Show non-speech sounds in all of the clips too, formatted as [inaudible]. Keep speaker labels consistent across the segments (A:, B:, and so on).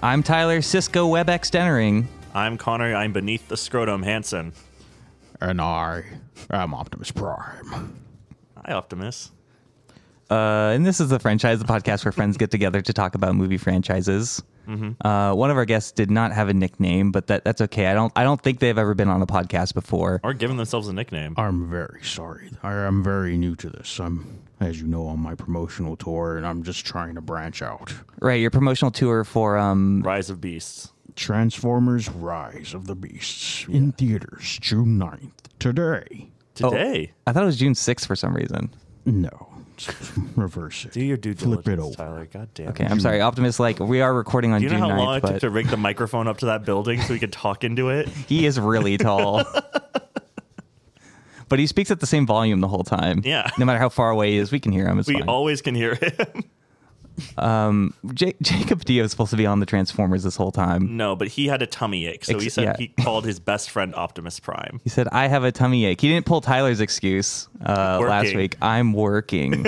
A: I'm Tyler Cisco WebEx Dennering.
B: I'm Connor. I'm beneath the scrotum, Hanson.
C: And I am Optimus Prime.
B: Hi, Optimus.
A: Uh, and this is the franchise, the podcast where friends get together to talk about movie franchises.
B: Mm-hmm.
A: Uh, one of our guests did not have a nickname, but that, that's okay. I don't I don't think they've ever been on a podcast before.
B: Or giving themselves a nickname.
C: I'm very sorry. I am very new to this. I'm, as you know, on my promotional tour, and I'm just trying to branch out.
A: Right, your promotional tour for um
B: Rise of Beasts.
C: Transformers Rise of the Beasts in theaters June 9th. Today.
B: Today.
A: I thought it was June 6th for some reason.
C: No. [laughs] Reverse it.
B: Do your due
C: Flip
B: diligence,
C: it over.
B: Tyler. God damn
A: Okay,
B: it.
A: I'm sorry, Optimus. Like we are recording on
B: Do you know
A: June
B: how
A: 9th,
B: long it took
A: but
B: to rig the microphone up to that building so we could talk into it?
A: he is really
B: [laughs]
A: tall. but he speaks at the same volume the whole time.
B: Yeah.
A: No matter how far away he is, we can hear him. It's
B: We
A: fine.
B: always can hear him.
A: Ja- Jacob Dio is supposed to be on the Transformers this whole time.
B: [laughs] no, but he had a tummy ache, so he
A: Ex-
B: said
A: yeah.
B: he called his best friend Optimus Prime.
A: He said, "I have a tummy ache." He didn't pull Tyler's excuse uh, last
B: Working.
A: week. I'm
B: [laughs]
A: working.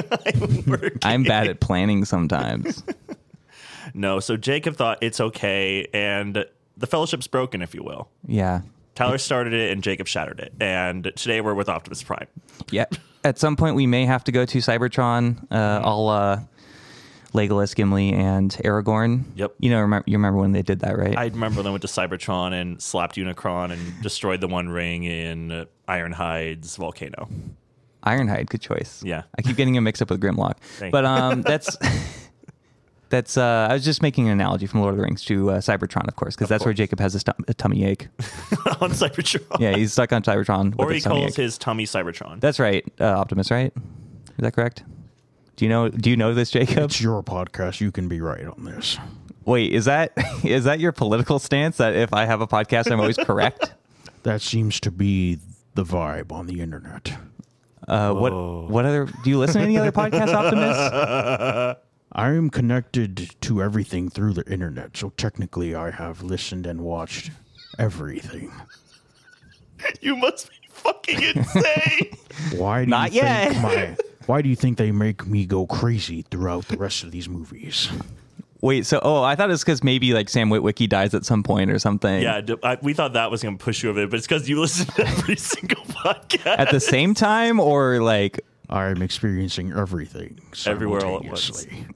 A: I'm bad at planning sometimes.
B: No, so Jacob thought it's okay, and the fellowship's broken, if you will.
A: yeah,
B: Tyler started it, and Jacob shattered it. And today we're with Optimus Prime.
A: yeah. At some point, we may have to go to Cybertron. Uh,
B: Mm-hmm.
A: all uh, Legolas, Gimli, and Aragorn.
B: Yep.
A: You know, remember, you remember when they did that, right?
B: I remember when I went to Cybertron and slapped Unicron and destroyed the One Ring in uh, Ironhide's volcano.
A: Ironhide, good choice.
B: Yeah.
A: I keep getting him mixed up with Grimlock.
B: [laughs] Thank
A: but um, that's [laughs] that's uh, I was just making an analogy from Lord of the Rings to uh, Cybertron, of course, because that's where Jacob has his tum- a tummy ache.
B: [laughs] on Cybertron.
A: Yeah, he's stuck on Cybertron with
B: or he
A: his tummy
B: calls
A: ache.
B: his tummy Cybertron.
A: that's right, uh, Optimus. Right? Is that correct? Do you know? Do you know this, Jacob?
C: It's your podcast. You can be right on this.
A: Wait, is that [laughs] is that your political stance that if I have a podcast, I'm always
C: [laughs]
A: correct?
C: That seems to be the vibe on the internet.
A: Uh, what what other? Do you listen to
C: [laughs]
A: any other podcasts, Optimus?
C: I am connected to everything through the internet, so technically I have listened and watched everything.
B: you must be fucking
C: [laughs]
B: insane.
C: Why do
A: Not
C: you
A: yet. [laughs]
C: think my why do you think they make me go crazy throughout the rest of these movies?
A: Wait, so oh, I thought it was because maybe like Sam Witwicky dies at some point or something.
B: yeah, d I we thought that was going to push you over there, but it's because you listen to every [laughs] single podcast.
A: at the same time or like
C: I'm experiencing everything
B: Everywhere all at once.
C: simultaneously.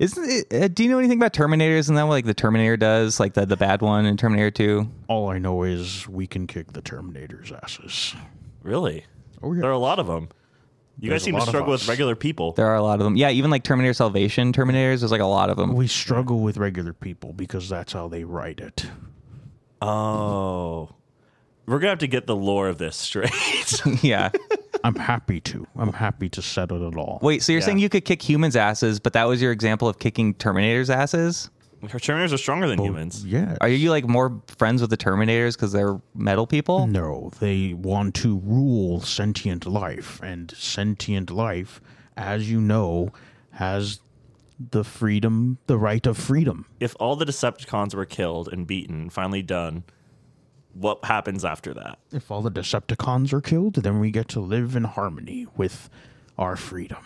A: isn't it uh, do you know anything about terminators isn't that what like the terminator does like the, the bad one in terminator 2
C: All I know is we can kick the Terminator's asses.
B: really?
C: Oh, yeah.
B: There are a lot of them. You
C: There's
B: guys
C: a
B: seem to
C: lot of
B: struggle with
C: us.
B: regular people.
A: there are a lot of them yeah even like terminator salvation terminators there's like a lot of them
C: We struggle with regular people because that's how they write it.
B: oh. We're going to have to get the lore of this [laughs] straight.
A: [laughs]
C: [laughs]
A: yeah
C: I'm happy to. I'm happy to settle it all.
A: wait so you're
B: Yeah.
A: saying you could kick humans asses but that was your example of kicking terminators asses
B: Terminators are stronger than humans.
C: yeah.
A: are you like more friends with the terminators because they're metal people
C: No, they want to rule sentient life, and sentient life, as you know, has the freedom, the right of freedom.
B: If all the Decepticons were killed and beaten, finally done, what happens after that?
C: If all the Decepticons are killed, then we get to live in harmony with our freedom.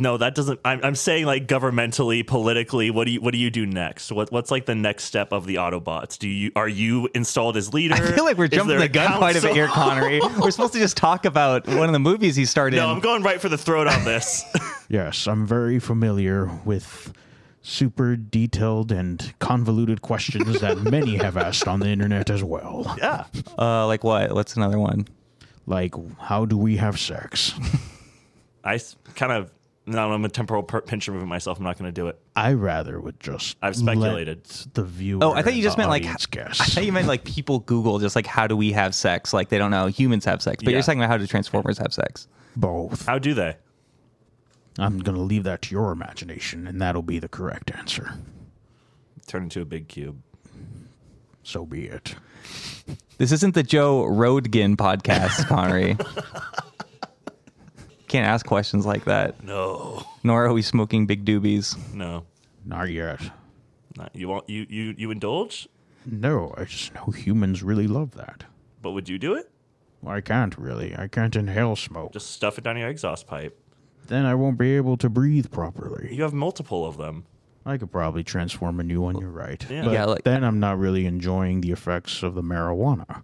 B: No, that doesn't. I'm, I'm saying like governmentally, politically. What do you What do you do next? What What's like the next step of the Autobots? Do you are you installed as leader?
A: I feel like we're
B: Is
A: jumping
B: there
A: the
B: a
A: gun quite a
B: council?
A: bit here,
B: [laughs]
A: Connery. We're supposed to just talk about one of the movies he started
B: No,
A: in.
B: I'm going right for the throat
A: [laughs]
B: on this.
C: Yes, I'm very familiar with super detailed and convoluted questions that many have asked on the internet as well.
B: [laughs] yeah,
A: Uh, like what? What's another one?
C: Like, how do we have sex?
B: I s- kind of. No, I'm a temporal per- pinch removing myself. I'm not going to do it.
C: I rather would just.
B: I've speculated.
C: let the viewer.
A: Oh, I thought you
C: and
A: just
C: the
A: meant, like,
C: audience guess.
A: I thought you meant like people Google just like how do we have sex? Like they don't know how humans have sex, but
B: Yeah.
A: you're talking about how do Transformers have sex?
C: both.
B: How do they?
C: I'm gonna leave that to your imagination, and that'll be the correct answer.
B: Turn into a big cube.
C: So be it.
A: This isn't the Joe Rodgin podcast,
B: [laughs]
A: Connery. Can't ask questions like that.
B: No,
A: Nor are we smoking big doobies.
B: no,
C: Not yet.
B: not, you want you you you indulge,
C: No, I just know humans really love that.
B: but would you do it?
C: Well, I can't really. I can't inhale smoke.
B: Just stuff it down your exhaust pipe.
C: then I won't be able to breathe properly.
B: You have multiple of them.
C: I could probably transform a new one. You're right.
B: Yeah.
C: But
A: Yeah, like-
C: then I'm not really enjoying the effects of the marijuana.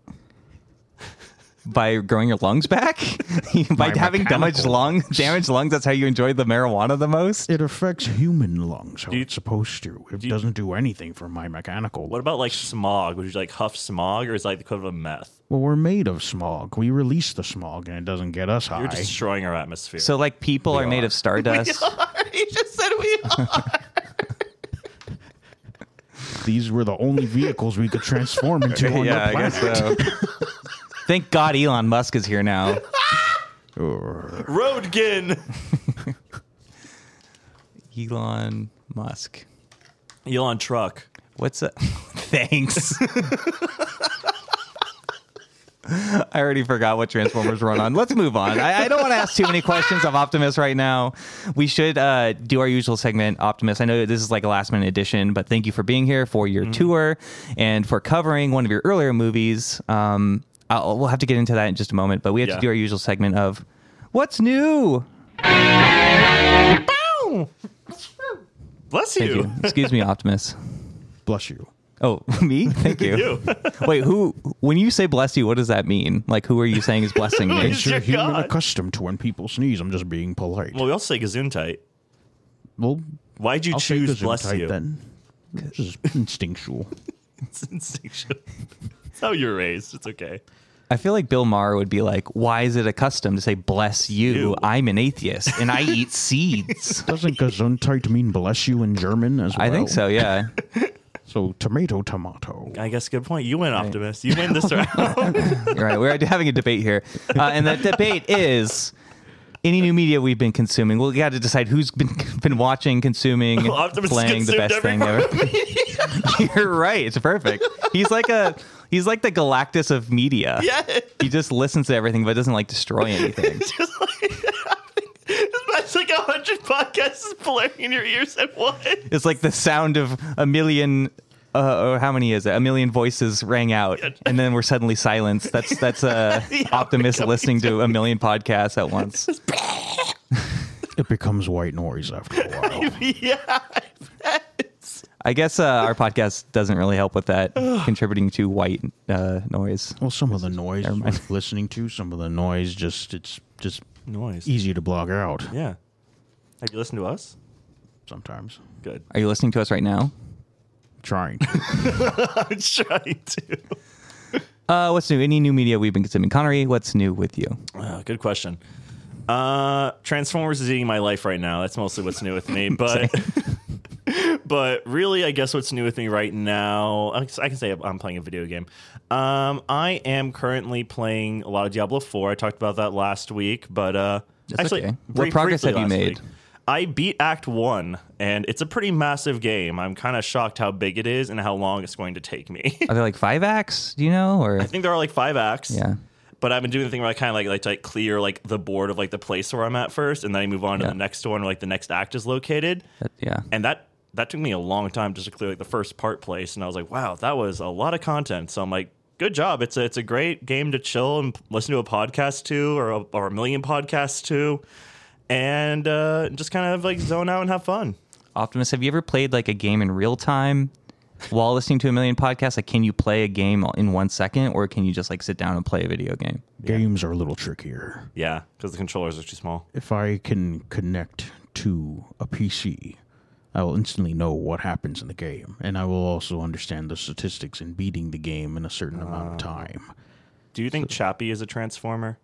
A: by growing your lungs back, [laughs] by,
C: By
A: having damaged
C: mechanical
A: lungs. Damaged lungs. That's how you enjoy the marijuana the most.
C: It affects human lungs how
B: you-
C: it's supposed to. It
B: you-
C: doesn't do anything for my mechanical.
B: What about like smog? Would you like huff smog, or is it, like the equivalent of meth?
C: well, we're made of smog. We release the smog, and it doesn't get us high.
A: [laughs]
B: You're destroying our atmosphere.
A: So like people are, made
C: are.
A: of stardust.
B: he just said we
C: These were the only vehicles we could transform into on
A: yeah,
C: the
A: I guess
C: planet.
A: so. Thank God Elon Musk is here now.
B: Roadkin.
A: Elon Musk.
B: [laughs] Elon Truck.
A: What's up? [laughs] Thanks. I already forgot what Transformers run on. Let's move on. I, I don't want to ask too many questions of Optimus right now. We should uh, do our usual segment, Optimus. I know this is like a last minute addition, but thank you for being here for your tour and for covering one of your earlier movies. Um, I'll, we'll have to get into that in just a moment, but we have
B: Yeah.
A: to do our usual segment of what's new.
B: Bless
A: Thank you.
B: you.
A: Excuse me, Optimus.
C: Bless you.
A: Oh, [laughs] me? Thank you.
B: [laughs] You.
A: Wait, who? When you say bless you, what does that mean? Like, who are you saying is
B: [laughs]
A: blessing me?
B: is-
C: You're
B: Dear
C: human
B: God.
C: accustomed to when people sneeze. I'm just being polite.
B: well, we also say Gazuntite.
C: Well,
B: Why'd you
C: I'll say
B: choose
C: this in
B: bless
C: type
B: you?
C: then. This is instinctual.
B: It's instinctual. It's how you're raised. It's okay.
A: I feel like Bill Maher would be like, "Why is it accustomed to say bless you?
B: You.
A: I'm an atheist and I
B: [laughs]
A: eat seeds."
C: Doesn't Gesundheit mean bless you in German as well?
A: I think so. Yeah.
C: So tomato, tomato.
B: I guess good point. You win, Optimus. You win
C: [laughs]
B: this round.
A: You're right. We're having a debate here, uh, and that debate is. Any new media we've been consuming, we got to decide who's been been watching, consuming,
B: [laughs] Optimus
A: playing the
B: consumed
A: best
B: every
A: thing ever. [laughs] You're right. It's perfect. He's like a he's like the Galactus of media.
B: yeah.
A: he just listens to everything but doesn't like destroy
B: [laughs]
A: anything
B: Just like, that's like a hundred podcasts blaring in your ears at once. [laughs]
A: it's like the sound of a million uh, or how many is it a million voices rang out and then we're suddenly silenced that's that's a [laughs] optimist listening to a million podcasts at once
C: It becomes white noise after a
A: [laughs]
C: while.
B: yeah.
A: i guess uh, our podcast doesn't really help with that contributing to white uh, noise
C: well, some of the noise
A: Never mind.
C: worth listening to, some of the noise just it's just
B: Noise.
C: easy to block out
B: Yeah. Have you listened to us?
C: sometimes.
B: Good. [laughs]
A: are you listening to us right now
C: Trying. to.
B: I'm trying to.
A: uh, what's new any new media we've been consuming connery what's new with you
B: Uh, good question. Uh, Transformers is eating my life right now. That's mostly what's new with
A: [laughs]
B: me. But [laughs] but really, I guess what's new with me right now, I can- I can say I'm playing a video game. Um, I am currently playing a lot of Diablo 4. I talked about that last week, but uh,
A: That's
B: actually,
A: okay. What progress
B: briefly
A: have you
B: last
A: made?
B: week. I beat Act One, and it's a pretty massive game. I'm kind of shocked how big it is and how long it's going to take me. [laughs]
A: are there like five acts do you know or
B: I think there are like five acts.
A: Yeah.
B: But I've been doing the thing where I kind of like like to like clear like the board of like the place where I'm at first, and then I move on to
A: Yeah.
B: the next one where like the next act is located,
A: uh, yeah
B: and that that took me a long time just to clear like the first part place, and I was like, wow, that was a lot of content. So I'm like, good job. It's a it's a great game to chill and listen to a podcast to, or a, or a million podcasts to, and uh, just kind of like zone out and have fun.
A: Optimus, have you ever played like a game in real time while listening to a million podcasts? Like, can you play a game in one second, or can you just like sit down and play a video game?
C: Games are a little trickier.
B: Yeah, because the controllers are too small.
C: If I can connect to a PC, I will instantly know what happens in the game, and I will also understand the statistics in beating the game in a certain amount
A: Ah.
C: of time.
B: Do you think Chappie is a transformer?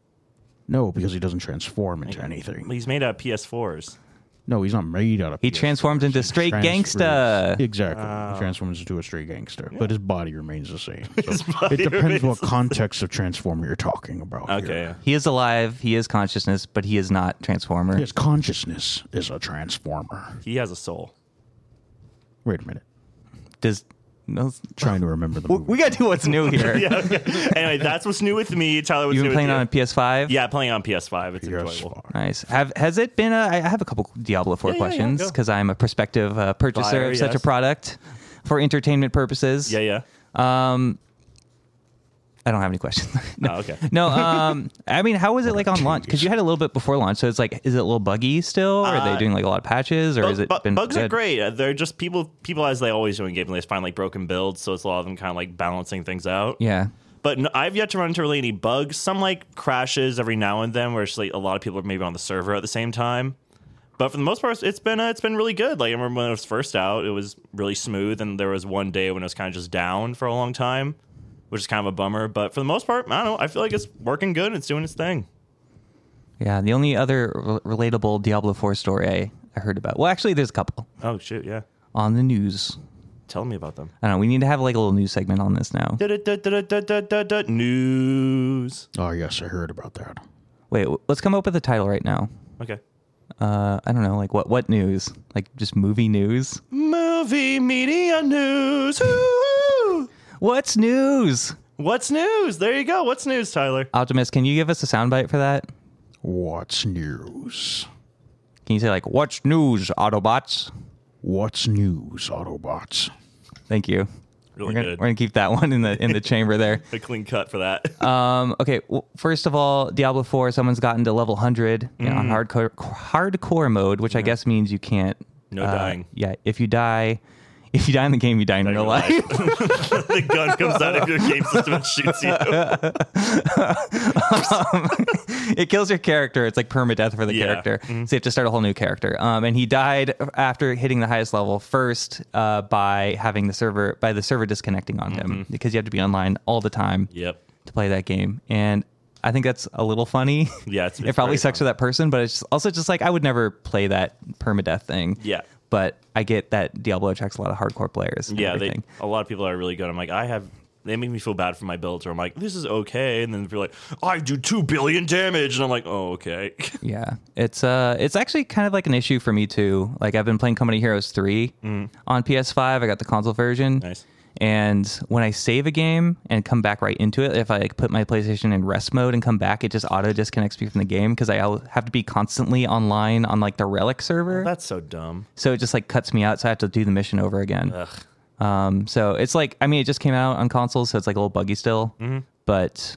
C: No, because he doesn't transform into anything.
B: He's made out of PS4s.
C: No, he's not made out of.
A: He
C: PS4.
A: transforms into straight
C: Trans-
A: gangsta. Ah.
C: Exactly. He transforms into a straight gangster, but his body remains the same.
A: [laughs]
C: So
B: [laughs]
C: it depends what context of transformer you're talking about. here.
B: Okay. yeah.
A: He is alive. He is consciousness, but he is not transformer.
C: His consciousness is a transformer.
B: He has a soul.
C: Wait a minute.
A: Does no,
C: Trying to remember the movie.
A: we got to do what's new
B: [laughs]
A: here?
B: [laughs] anyway, that's what's new with me. Tyler, what's
A: You've
B: new
A: been playing
B: with
A: on a PS5.
B: you? Yeah, playing on PS5. It's
C: Yes.
B: enjoyable.
A: Nice. Have has it been a? I I have a couple Diablo Four
B: Yeah, yeah, yeah,
A: questions
B: go.
A: because I'm a prospective uh, purchaser
B: Buyer,
A: of such a
B: yes.
A: product for entertainment purposes.
B: Yeah, yeah.
A: I don't have any questions. [laughs] [laughs] no,
B: Oh, okay.
A: no. Um, I mean, how was it like on launch? Because you had a little bit before launch, so it's like, is it a little buggy still? Or are they
B: Uh,
A: doing like a lot of patches, or
B: Bu-
A: is it
B: bu-
A: been
B: bugs are
A: good?
B: great. Uh, They're just people people as they always do in gameplay. They find like broken builds, so it's a lot of them kind of like balancing things out.
A: Yeah,
B: But no, I've yet to run into really any bugs. Some like crashes every now and then, where it's like a lot of people are maybe on the server at the same time. But for the most part, it's been uh, it's been really good. Like I remember when it was first out, it was really smooth, and there was one day when it was kind of just down for a long time, which is kind of a bummer. But for the most part, I don't know. I feel like it's working good. and It's doing its thing.
A: yeah. The only other re- relatable Diablo Four story I, I heard about. Well, actually, there's a couple
B: Oh shoot, yeah.
A: on the news.
B: Tell me about them.
A: I don't know. We need to have like a little news segment on this now.
B: Da-da-da-da-da-da-da-da. News.
C: Oh yes, I heard about that.
A: Wait, w- let's come up with a title right now.
B: Okay.
A: Uh, I don't know, like what what news? Like just movie news?
B: Movie media news. Ooh.
A: What's news?
B: What's news? There you go. What's news, Tyler?
A: Optimus, can you give us a soundbite for that?
C: What's news?
A: Can you say like what's news, Autobots?
C: What's news, Autobots?
A: Thank you.
B: Really
A: We're gonna,
B: good.
A: we're gonna keep that [laughs] one in the in the chamber
B: [laughs]
A: there.
B: A clean cut for that.
A: Um, okay, well, first of all, Diablo Four. Someone's gotten to level hundred on
B: Mm.
A: hardcore hardcore mode, which I guess means you can't. uh,
B: No dying.
A: Yeah, if you die, [laughs] if you die in the game, you die in
B: [laughs]
A: real
B: real
A: life.
B: [laughs] the gun comes out of your game system and
A: [laughs]
B: shoots you.
A: [laughs] it kills your character. It's like permadeath for the
B: Yeah. Mm-hmm.
A: character. So you have to start a whole new character. Um, and he died after hitting the highest level first uh, by having the server by the server disconnecting on him
B: Mm-hmm.
A: because you have to be online all the time
B: Yep.
A: to play that game. And I think that's a little funny.
B: Yeah, it's-
A: it
B: it's
A: probably
B: very
A: sucks for that person, but it's also just like I would never play that permadeath thing.
B: Yeah.
A: But I get that Diablo attracts a lot of hardcore players. and
B: Yeah, they,
A: everything.
B: a lot of people are really good. I'm like, I have. They make me feel bad for my builds, or I'm like, this is okay. And then they're like, I do two billion damage, and I'm like, oh okay. [laughs]
A: Yeah, it's uh, it's actually kind of like an issue for me too. Like I've been playing Company Heroes three on PS5. I got the console version.
B: Mm. Nice.
A: And when I save a game and come back right into it, if I like put my PlayStation in rest mode and come back, it just auto disconnects me from the game because I al- have to be constantly online on like the Relic server.
B: That's so dumb.
A: so it just like cuts me out. So I have to do the mission over again. Um, so it's like I mean, it just came out on consoles, so it's like a little buggy still. But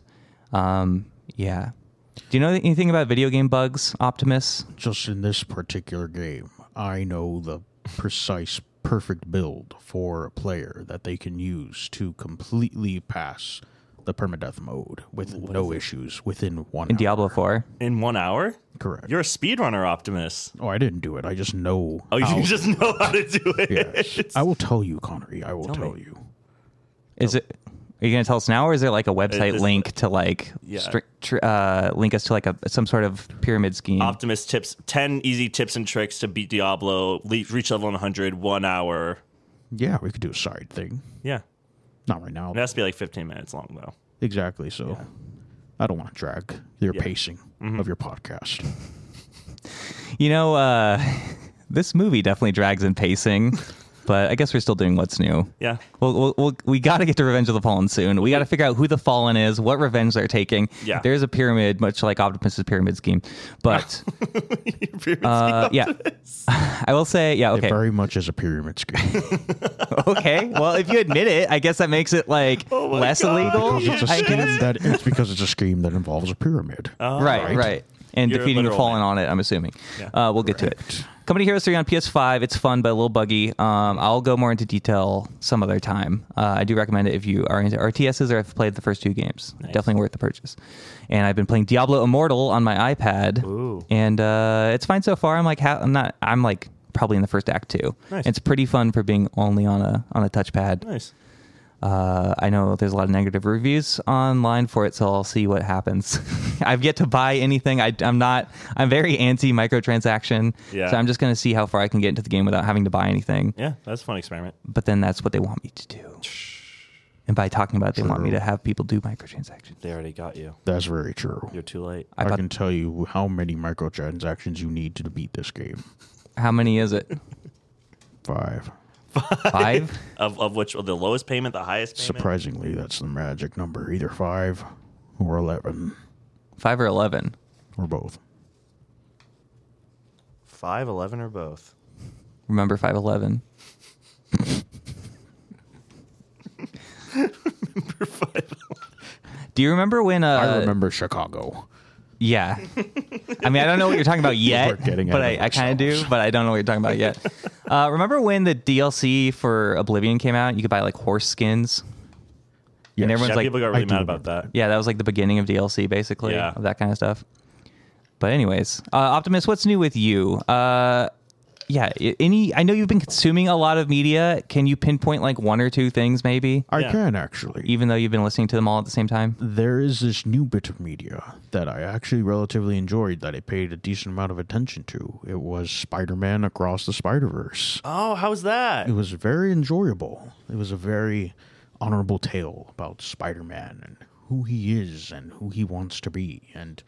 A: um, yeah. Do you know anything about video game bugs, Optimus?
C: Just in this particular game, I know the precise, perfect build for a player that they can use to completely pass the permadeath mode with no issues within one. hour.
A: Diablo 4.
B: In one hour,
C: Correct.
B: you're a speedrunner, Optimus.
C: oh, I didn't do it. I just know.
B: Oh, you
C: how-
B: just know how to do it.
C: [laughs]
B: [laughs]
C: Yes. I will tell you, Connery. I will tell,
B: me.
C: you.
A: Is it are you going to tell us now or is there like a website
B: this-
A: link to like
B: Yeah.
A: stri- tr- uh, link us to like a some sort of pyramid scheme?
B: Optimus tips 10 easy tips and tricks to beat Diablo, le- reach level 100, one hour.
C: Yeah, we could do a side thing.
B: Yeah.
C: Not right now.
B: It has to be like 15 minutes long, though.
C: Exactly. So I don't want to drag your
B: Yeah.
C: pacing of your podcast.
A: you know, uh, [laughs] this movie definitely drags in pacing, but I guess we're still doing what's new.
B: [laughs] Yeah.
A: Well, we'll, we'll we got to get to Revenge of the Fallen soon. We got to figure out who the Fallen is, what revenge they're taking.
B: Yeah.
A: There's a pyramid, much like Optimus's pyramid scheme. But
B: [laughs]
A: uh, yeah, [laughs] I will say, yeah, okay.
C: It very much is a pyramid scheme.
A: okay. Well, if you admit it, I guess that makes it
B: [laughs]
A: like
B: Oh my
A: less
B: God,
A: illegal.
C: because it's a
A: I
C: scheme
A: guess.
C: that it's because it's a scheme that involves a pyramid.
A: right, right,
C: right.
A: And
B: Oh, You're a
A: defeating the
B: literal
A: fallen
B: man.
A: on it, I'm assuming.
B: Yeah.
A: Uh, we'll get to it. Company Heroes 3 on PS5. It's fun, but a little buggy. Um, I'll go more into detail some other time. Uh, I do recommend it if you are into RTSs or have played the first two games. Definitely worth the purchase. And I've been playing Diablo Immortal on my iPad.
B: Ooh.
A: And uh, it's fine so far. I'm like, ha- I'm not, I'm like probably in the first act too.
B: Nice.
A: It's pretty fun for being only on a on a touchpad.
B: Nice.
A: Uh, I know there's a lot of negative reviews online for it, so I'll see what happens. [laughs] I've yet to buy anything. I, I'm not. I'm very anti microtransaction.
B: Yeah.
A: So I'm just going to see how far I can get into the game without having to buy anything.
B: Yeah, that's a fun experiment.
A: But then that's what they want me to do. And by talking about it, they want me to have people do microtransactions.
B: They already got you.
C: That's very true.
B: You're too late.
A: I
C: I,
A: bought,
C: can tell you how many microtransactions you need to beat this game.
A: how many is it?
C: Five.
A: Five.
B: Of, of which the lowest payment, the highest payment.
C: Surprisingly, that's the magic number. Either five or eleven.
A: Five or eleven.
C: Or both.
B: Five, eleven, or both.
A: Remember five eleven. Do you remember when? Uh,
C: I remember Chicago.
A: Yeah. I mean, I don't know what you're talking about
C: We're
A: yet,
C: getting
A: but
C: ahead
A: I,
C: of
A: I kind of do, but I don't know what you're talking about
C: [laughs]
A: yet. Uh, remember when the DLC for Oblivion came out? You could buy like horse skins.
C: Yes.
A: everyone's
B: Yeah,
A: like-
B: people got really
C: I do
B: mad about that.
A: Yeah, that was like the beginning of DLC, basically,
B: Yeah.
A: of that kind of stuff. But anyways, uh, Optimus, what's new with you? Uh, yeah, i- any? I know you've been consuming a lot of media. Can you pinpoint like one or two things, maybe,
C: I
B: Yeah.
C: can actually.
A: even though you've been listening to them all at the same time?
C: there is this new bit of media that I actually relatively enjoyed that I paid a decent amount of attention to. It was Spider Man Across the Spider Verse.
B: Oh, how's that?
C: It was very enjoyable. It was a very honorable tale about Spider Man and who he is and who he wants to be, and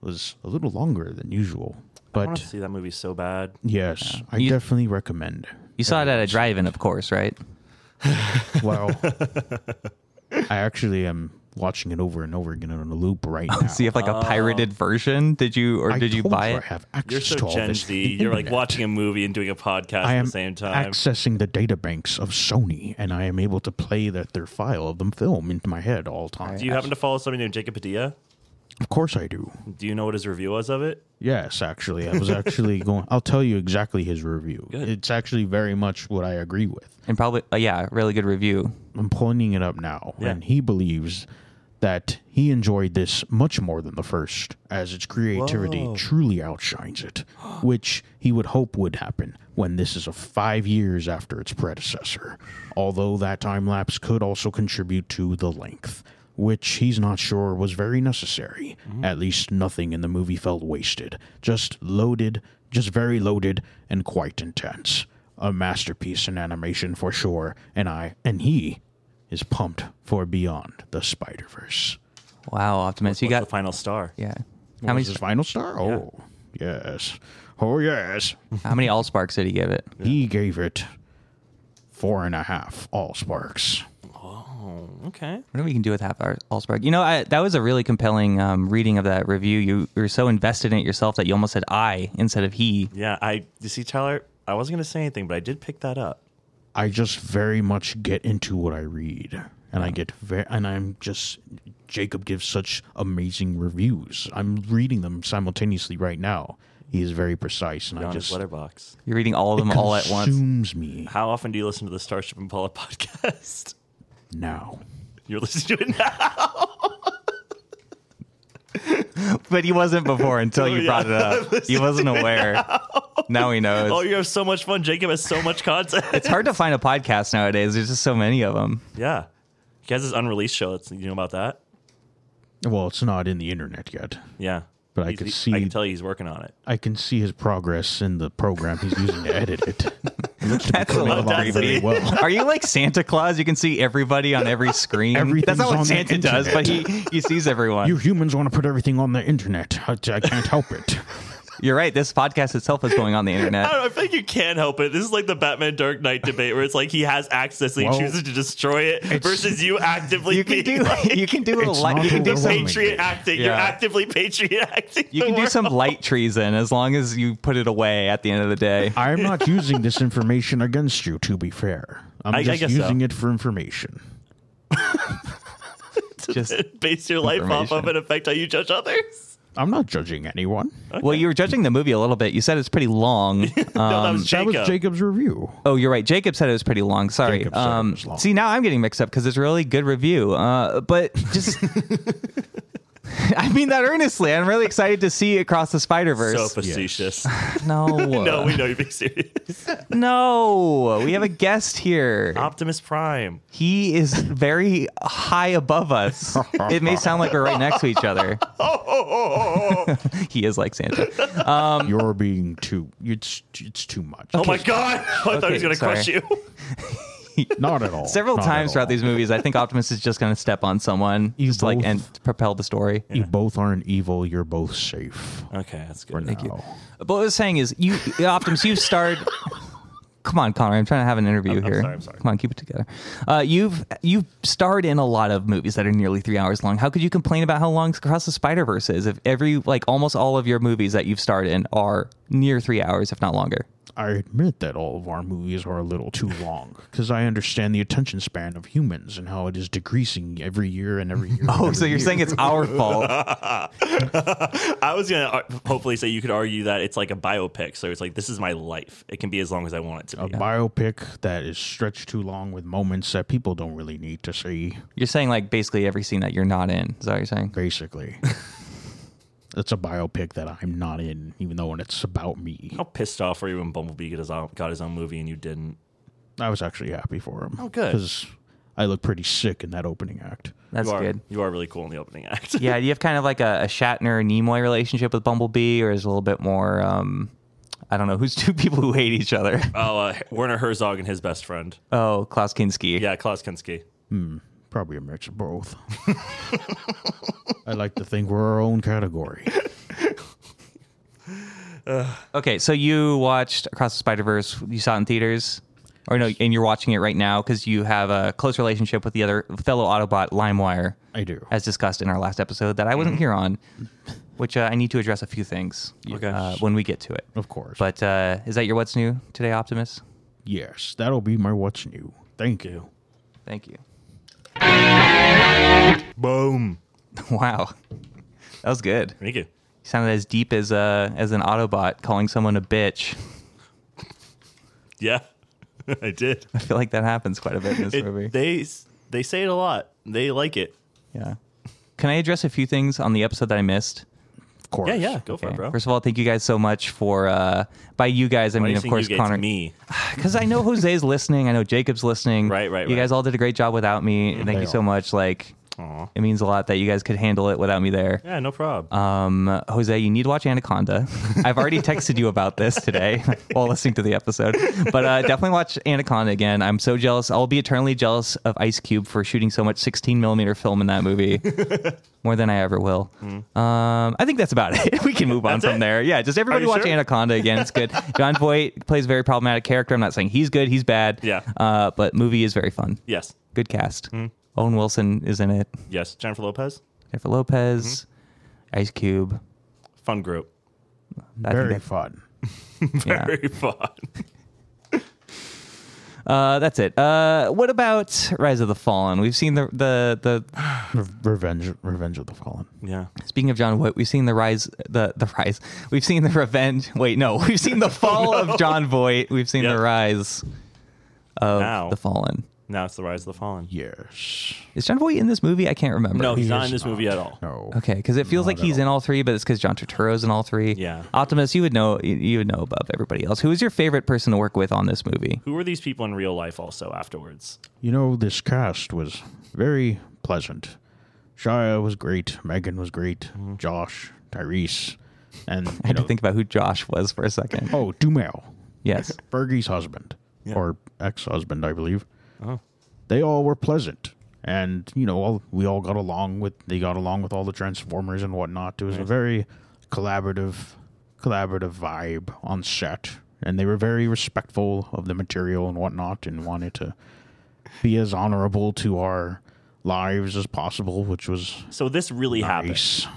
C: was a little longer than usual.
B: I want to
C: But
B: see that movie so
A: [laughs]
B: bad.
C: yes, I
A: You-
C: definitely recommend.
A: [laughs] You saw it at a drive-in, of course, right?
C: Well, I actually am watching it over and over again on a loop right now.
A: So you have like a pirated version? Did you or
C: I
A: did you
C: told
A: buy
C: I
A: it?
C: have
B: You're
C: access
B: so
C: to all
B: Gen
C: this
B: Z.
A: [laughs]
B: You're like
C: internet.
B: watching a movie and doing a podcast
C: I
B: at
C: am
B: the same time.
C: accessing the databanks of Sony, and I am able to play that their file of them film into my head all the time.
B: Do you happen to follow somebody named Jacob Padilla?
C: Of course, I do.
B: Do you know what his review was of it?
C: Yes, actually, I
B: [laughs]
C: was actually going. I'll tell you exactly his review.
B: Good.
C: It's actually very much what I agree with.
A: And probably, uh, yeah, really good review.
C: I'm pointing it up now,
B: Yeah.
C: and he believes that he enjoyed this much more than the first, as its creativity
B: Whoa.
C: truly outshines
B: [gasps]
C: it, which he would hope would happen when this is a five years after its predecessor. Although that time lapse could also contribute to the length, which he's not sure was very necessary.
B: Mm-hmm.
C: At least nothing in the movie felt wasted, just loaded, just very loaded and quite intense. A masterpiece in animation for sure, and I and he is pumped for Beyond the Spider Verse.
A: Wow, Optimus, you
B: What's the
A: got
B: final star.
A: yeah. How
C: How
A: many
C: many his final star? Oh, yes. Oh, yes.
A: how many all sparks did he give it?
C: He gave it four and a half all sparks.
B: Okay.
A: What do we can do with half our Allspark? You know, I, that was a really compelling um, reading of that review. You were so invested in it yourself that you almost said I instead of he.
B: Yeah, I you see Tyler, I wasn't gonna say anything, but I did pick that up.
C: I just very much get into what I read, and I get very, and I'm just Jacob gives such amazing reviews. I'm reading them simultaneously right now. He is very precise, and
B: on
C: I
B: his
C: just
B: letterbox.
A: You're reading all of them all at once.
C: consumes me
B: How often do you listen to the Starship Impala [laughs] podcast? [laughs]
C: now.
B: You're listening to
A: [laughs]
B: it now.
A: [laughs] But he wasn't before until [laughs] you
B: Yeah.
A: brought it up. He wasn't aware. [laughs] Now he knows.
B: Oh, you have so much fun. Jacob has so much content. [laughs]
A: It's hard to find a podcast nowadays. There's just so many of them.
B: yeah. He has his unreleased show. That's, you know about that?
C: Well, it's not in the internet yet.
B: Yeah.
C: But I
B: He's-
C: could
B: he-
C: see-
B: I can tell you he's working on
A: [laughs]
B: it.
C: I can see his progress in the program he's using to edit
B: [laughs]
C: it. It looks to
A: [laughs]
C: be
A: That's a
C: coming
A: little
C: along very
B: audacity.
C: well.
A: Are you like Santa Claus? You can see everybody on [laughs] every screen. That's
C: Everything's
A: not what
C: on the
A: Santa does, but he,
C: internet.
A: he sees everyone.
C: You humans want to put everything on the internet. I, I can't help it.
A: You're right. This podcast itself is going on the
B: [laughs] I
A: internet.
B: don't know. I feel like you can't help it. This is like the Batman Dark Knight debate where it's like he has access and he
C: Well,
B: chooses to destroy it versus you actively
A: You can
B: being
A: do
B: [laughs]
A: [laughs]
B: like,
A: you can do a
C: It's
A: light
C: not
A: you can do some
C: overwhelming.
B: patriot acting. You're
A: Yeah.
B: actively patriot acting.
A: you
B: the
A: can do
B: world.
A: some light treason as long as you put it away at the end of the
B: [laughs]
A: day.
C: I'm not using this information against you, to be fair. I'm
B: I- I
C: just
B: guess
C: using
B: so.
C: it for information.
A: Just
B: [laughs] base your life off of
A: Information.
B: and affect how you judge others.
C: I'm not judging anyone.
A: well, you were judging the movie a little bit. You said it's pretty
B: [laughs]
A: long. Uh,
B: no, that was
C: That
B: Jacob.
C: was Jacob's review.
A: Oh, you're right. Jacob said it was pretty long. Sorry.
C: Jacob said it
A: Um,
C: was long.
A: see, now I'm getting mixed up because it's a really good review. Uh, but just, [laughs] I mean that earnestly. I'm really excited to see across the Spider
B: so
A: Verse.
B: facetious.
A: [laughs] no,
B: [laughs] no,
A: Uh,
B: we know you're being serious.
A: no, we have a guest here.
B: Optimus [laughs] Prime.
A: He is very high above us. It may sound like we're right next to each other.
B: Oh,
A: he is like Santa.
C: You're being too. It's it's too much.
B: [laughs] Um, Oh my god! I thought he
A: Okay,
B: was gonna crush
A: sorry.
B: you.
C: Not at all.
A: Several
C: Not at
A: times throughout
C: all.
A: these movies, I think Optimus is just going to step on someone,
C: You
A: just like
C: both-
A: and propel the story.
C: You both aren't evil. You're both safe.
B: [laughs] Okay, that's
C: For
B: good.
C: now.
A: But what I was saying is, you Optimus, you start. [laughs] Come on, Connor. I'm trying to have an interview
B: I'm
A: here.
B: sorry, I'm sorry.
A: Come on, keep it together. Uh, you've you've starred in a lot of movies that are nearly three hours long. How could you complain about how long Across the Spider Verse is if every like almost all of your movies that you've starred in are near three hours, if not longer.
C: I admit that all of our movies are a little too long because I understand the attention span of humans and how it is decreasing every year and every year. and
A: Oh,
C: every
A: so you're
C: year.
A: saying it's our fault?
B: I was gonna ar- hopefully say you could argue that it's like a biopic, so it's like this is my life. It can be as long as I want it to
C: a
B: be.
C: biopic that is stretched too long with moments that people don't really need to see,
A: You're saying like basically every scene that you're not in. Is that what you're saying?
C: basically. it's a biopic that I'm not in, even though it's about me.
B: How pissed off were you when Bumblebee got his own, got his own movie and you didn't?
C: I was actually happy for him.
B: Oh, good.
C: Because I look pretty sick in that opening act.
A: That's
B: you are,
A: good.
B: You are really cool in the opening act.
A: Yeah, do you have kind of like a, a Shatner Nimoy relationship with Bumblebee, or is it a little bit more? Um, I don't know who's [laughs] two people who hate each other.
B: [laughs] Oh, uh, Werner Herzog and his best friend.
A: Oh, Klaus Kinski.
B: Yeah, Klaus Kinski.
C: Probably a mix of both. I like to think we're our own category.
A: Okay, so you watched Across the Spider Verse. You saw it in theaters, or no? And you're watching it right now because you have a close relationship with the other fellow Autobot, LimeWire,
C: I do.
A: as discussed in our last episode that I wasn't
B: Mm-hmm.
A: here on, which uh, I need to address a few things
B: Okay.
A: uh, when we get to it.
C: Of course.
A: But uh, is that your what's new today, Optimus?
C: Yes, that'll be my what's new. Thank you.
A: Thank you. [laughs]
B: Boom.
A: Wow, that was good.
B: Thank you.
A: You sounded as deep as uh, as an Autobot calling someone a bitch. [laughs]
B: Yeah, [laughs] I did.
A: I feel like that happens quite a bit in this
B: [laughs] It-
A: movie.
B: they s- they say it a lot. They like it.
A: yeah. Can I address a few things on the episode that I missed?
C: Of course.
B: Yeah, yeah. Go for it,
A: Okay.
B: bro.
A: First of all, thank you guys so much for uh by you guys I
B: Why do
A: mean
B: you
A: of
B: think
A: course
B: you gave
A: Connor [laughs]
B: to me?
A: cuz I know Jose's listening, I know Jacob's listening.
B: [laughs] Right, right,
A: You
B: right. Mm-hmm.
A: guys all did a great job without me. and thank
C: They
A: you so
C: all-
A: much like
B: Aw.
A: it means a lot that you guys could handle it without me there.
B: Yeah, no problem.
A: Um, Jose, you need to watch
B: [laughs]
A: Anaconda. I've already texted you about this today [laughs] while listening to the episode, but uh, definitely watch Anaconda again. I'm so jealous. I'll be eternally jealous of Ice Cube for shooting so much 16 millimeter film in that
B: [laughs]
A: movie, more than I ever will.
B: Hmm.
A: Um, I think that's about it. [laughs] we can move on from there. Yeah, just everybody
B: you
A: watch
B: sure?
A: Anaconda again. It's
B: [laughs]
A: good. John Voight plays a very problematic character. I'm not saying he's good. He's bad.
B: Yeah. Hmm.
A: Uh, but movie is very fun.
B: yes,
A: Good cast. Owen Wilson is in it.
B: yes. Jennifer Lopez,
A: Jennifer Lopez,
B: Hmm.
A: Ice Cube.
B: fun group. [laughs]
A: I think
C: Very
A: that's-
C: fun.
A: Yeah.
B: Very fun.
A: Uh, that's it. Uh, what about Rise of the Fallen? We've seen the the the.
C: Re- Revenge, Revenge of the Fallen.
B: Yeah.
A: Speaking of John Voight, we've seen the rise the the rise. We've seen the revenge. Wait, no, [laughs] we've seen the fall of John Voight. We've seen
B: Yep.
A: the rise of
B: Now.
A: the Fallen.
B: Now it's the rise of the fallen.
C: Yes.
A: Is John Voight in this movie? I can't remember.
B: No, Oh, he's
C: He
B: not
C: is
B: in this
C: not.
B: movie at all.
C: No.
A: Okay, because it feels
C: Not
A: like
C: at
A: he's in all three, but it's because John Turturro's in all three.
B: Yeah.
A: Optimus, you would know. You you would know above everybody else. Who is your favorite person to work with on this movie?
B: Who were these people in real life? Also afterwards.
C: You know, this cast was very pleasant. Shia was great. Megan was great.
B: Mm-hmm.
C: Josh, Tyrese, and you
A: I had
C: know,
A: to think about who Josh was for a second.
C: oh, Dumel,
A: Yes.
C: Fergie's husband
B: Yeah.
C: or ex-husband, I believe.
B: Oh.
C: They all were pleasant, and you know, all, we all got along with. They got along with all the Transformers and whatnot. It was a very collaborative, collaborative vibe on set, and they were very respectful of the material and whatnot, and wanted to be as honorable to our lives as possible, which was
B: So this really happened.
C: nice.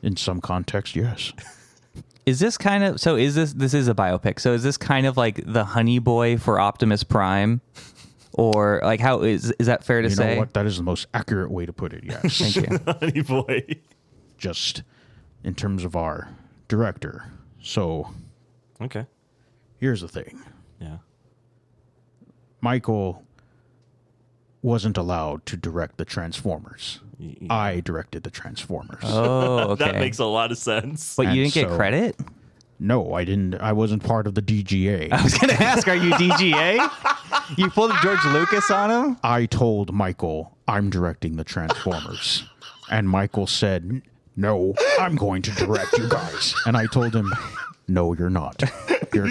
C: In some context, yes.
A: Is this kind of so? Is this this is a biopic? So is this kind of like the Honey Boy for Optimus Prime, or like how is is that fair to
C: You
A: say?
C: know what? That is the most accurate way to put it. Yes.
A: Thank [laughs] you.
B: [laughs] Honey boy.
C: just in terms of our director. So
B: Okay.
C: here's the thing
B: Yeah.
C: Michael wasn't allowed to direct the Transformers.
B: Y- y-
C: I directed the Transformers.
A: Oh, okay.
B: That makes a lot of sense.
A: but you
C: And
A: didn't get [laughs]
C: so-
A: credit.
C: No, I didn't. I wasn't part of the DGA.
A: I [laughs] was gonna ask, are you DGA? you pulled a George Lucas on him.
C: I told Michael, I'm directing the Transformers. and Michael said, No, I'm going to direct you guys. And I told him, No, you're not. You're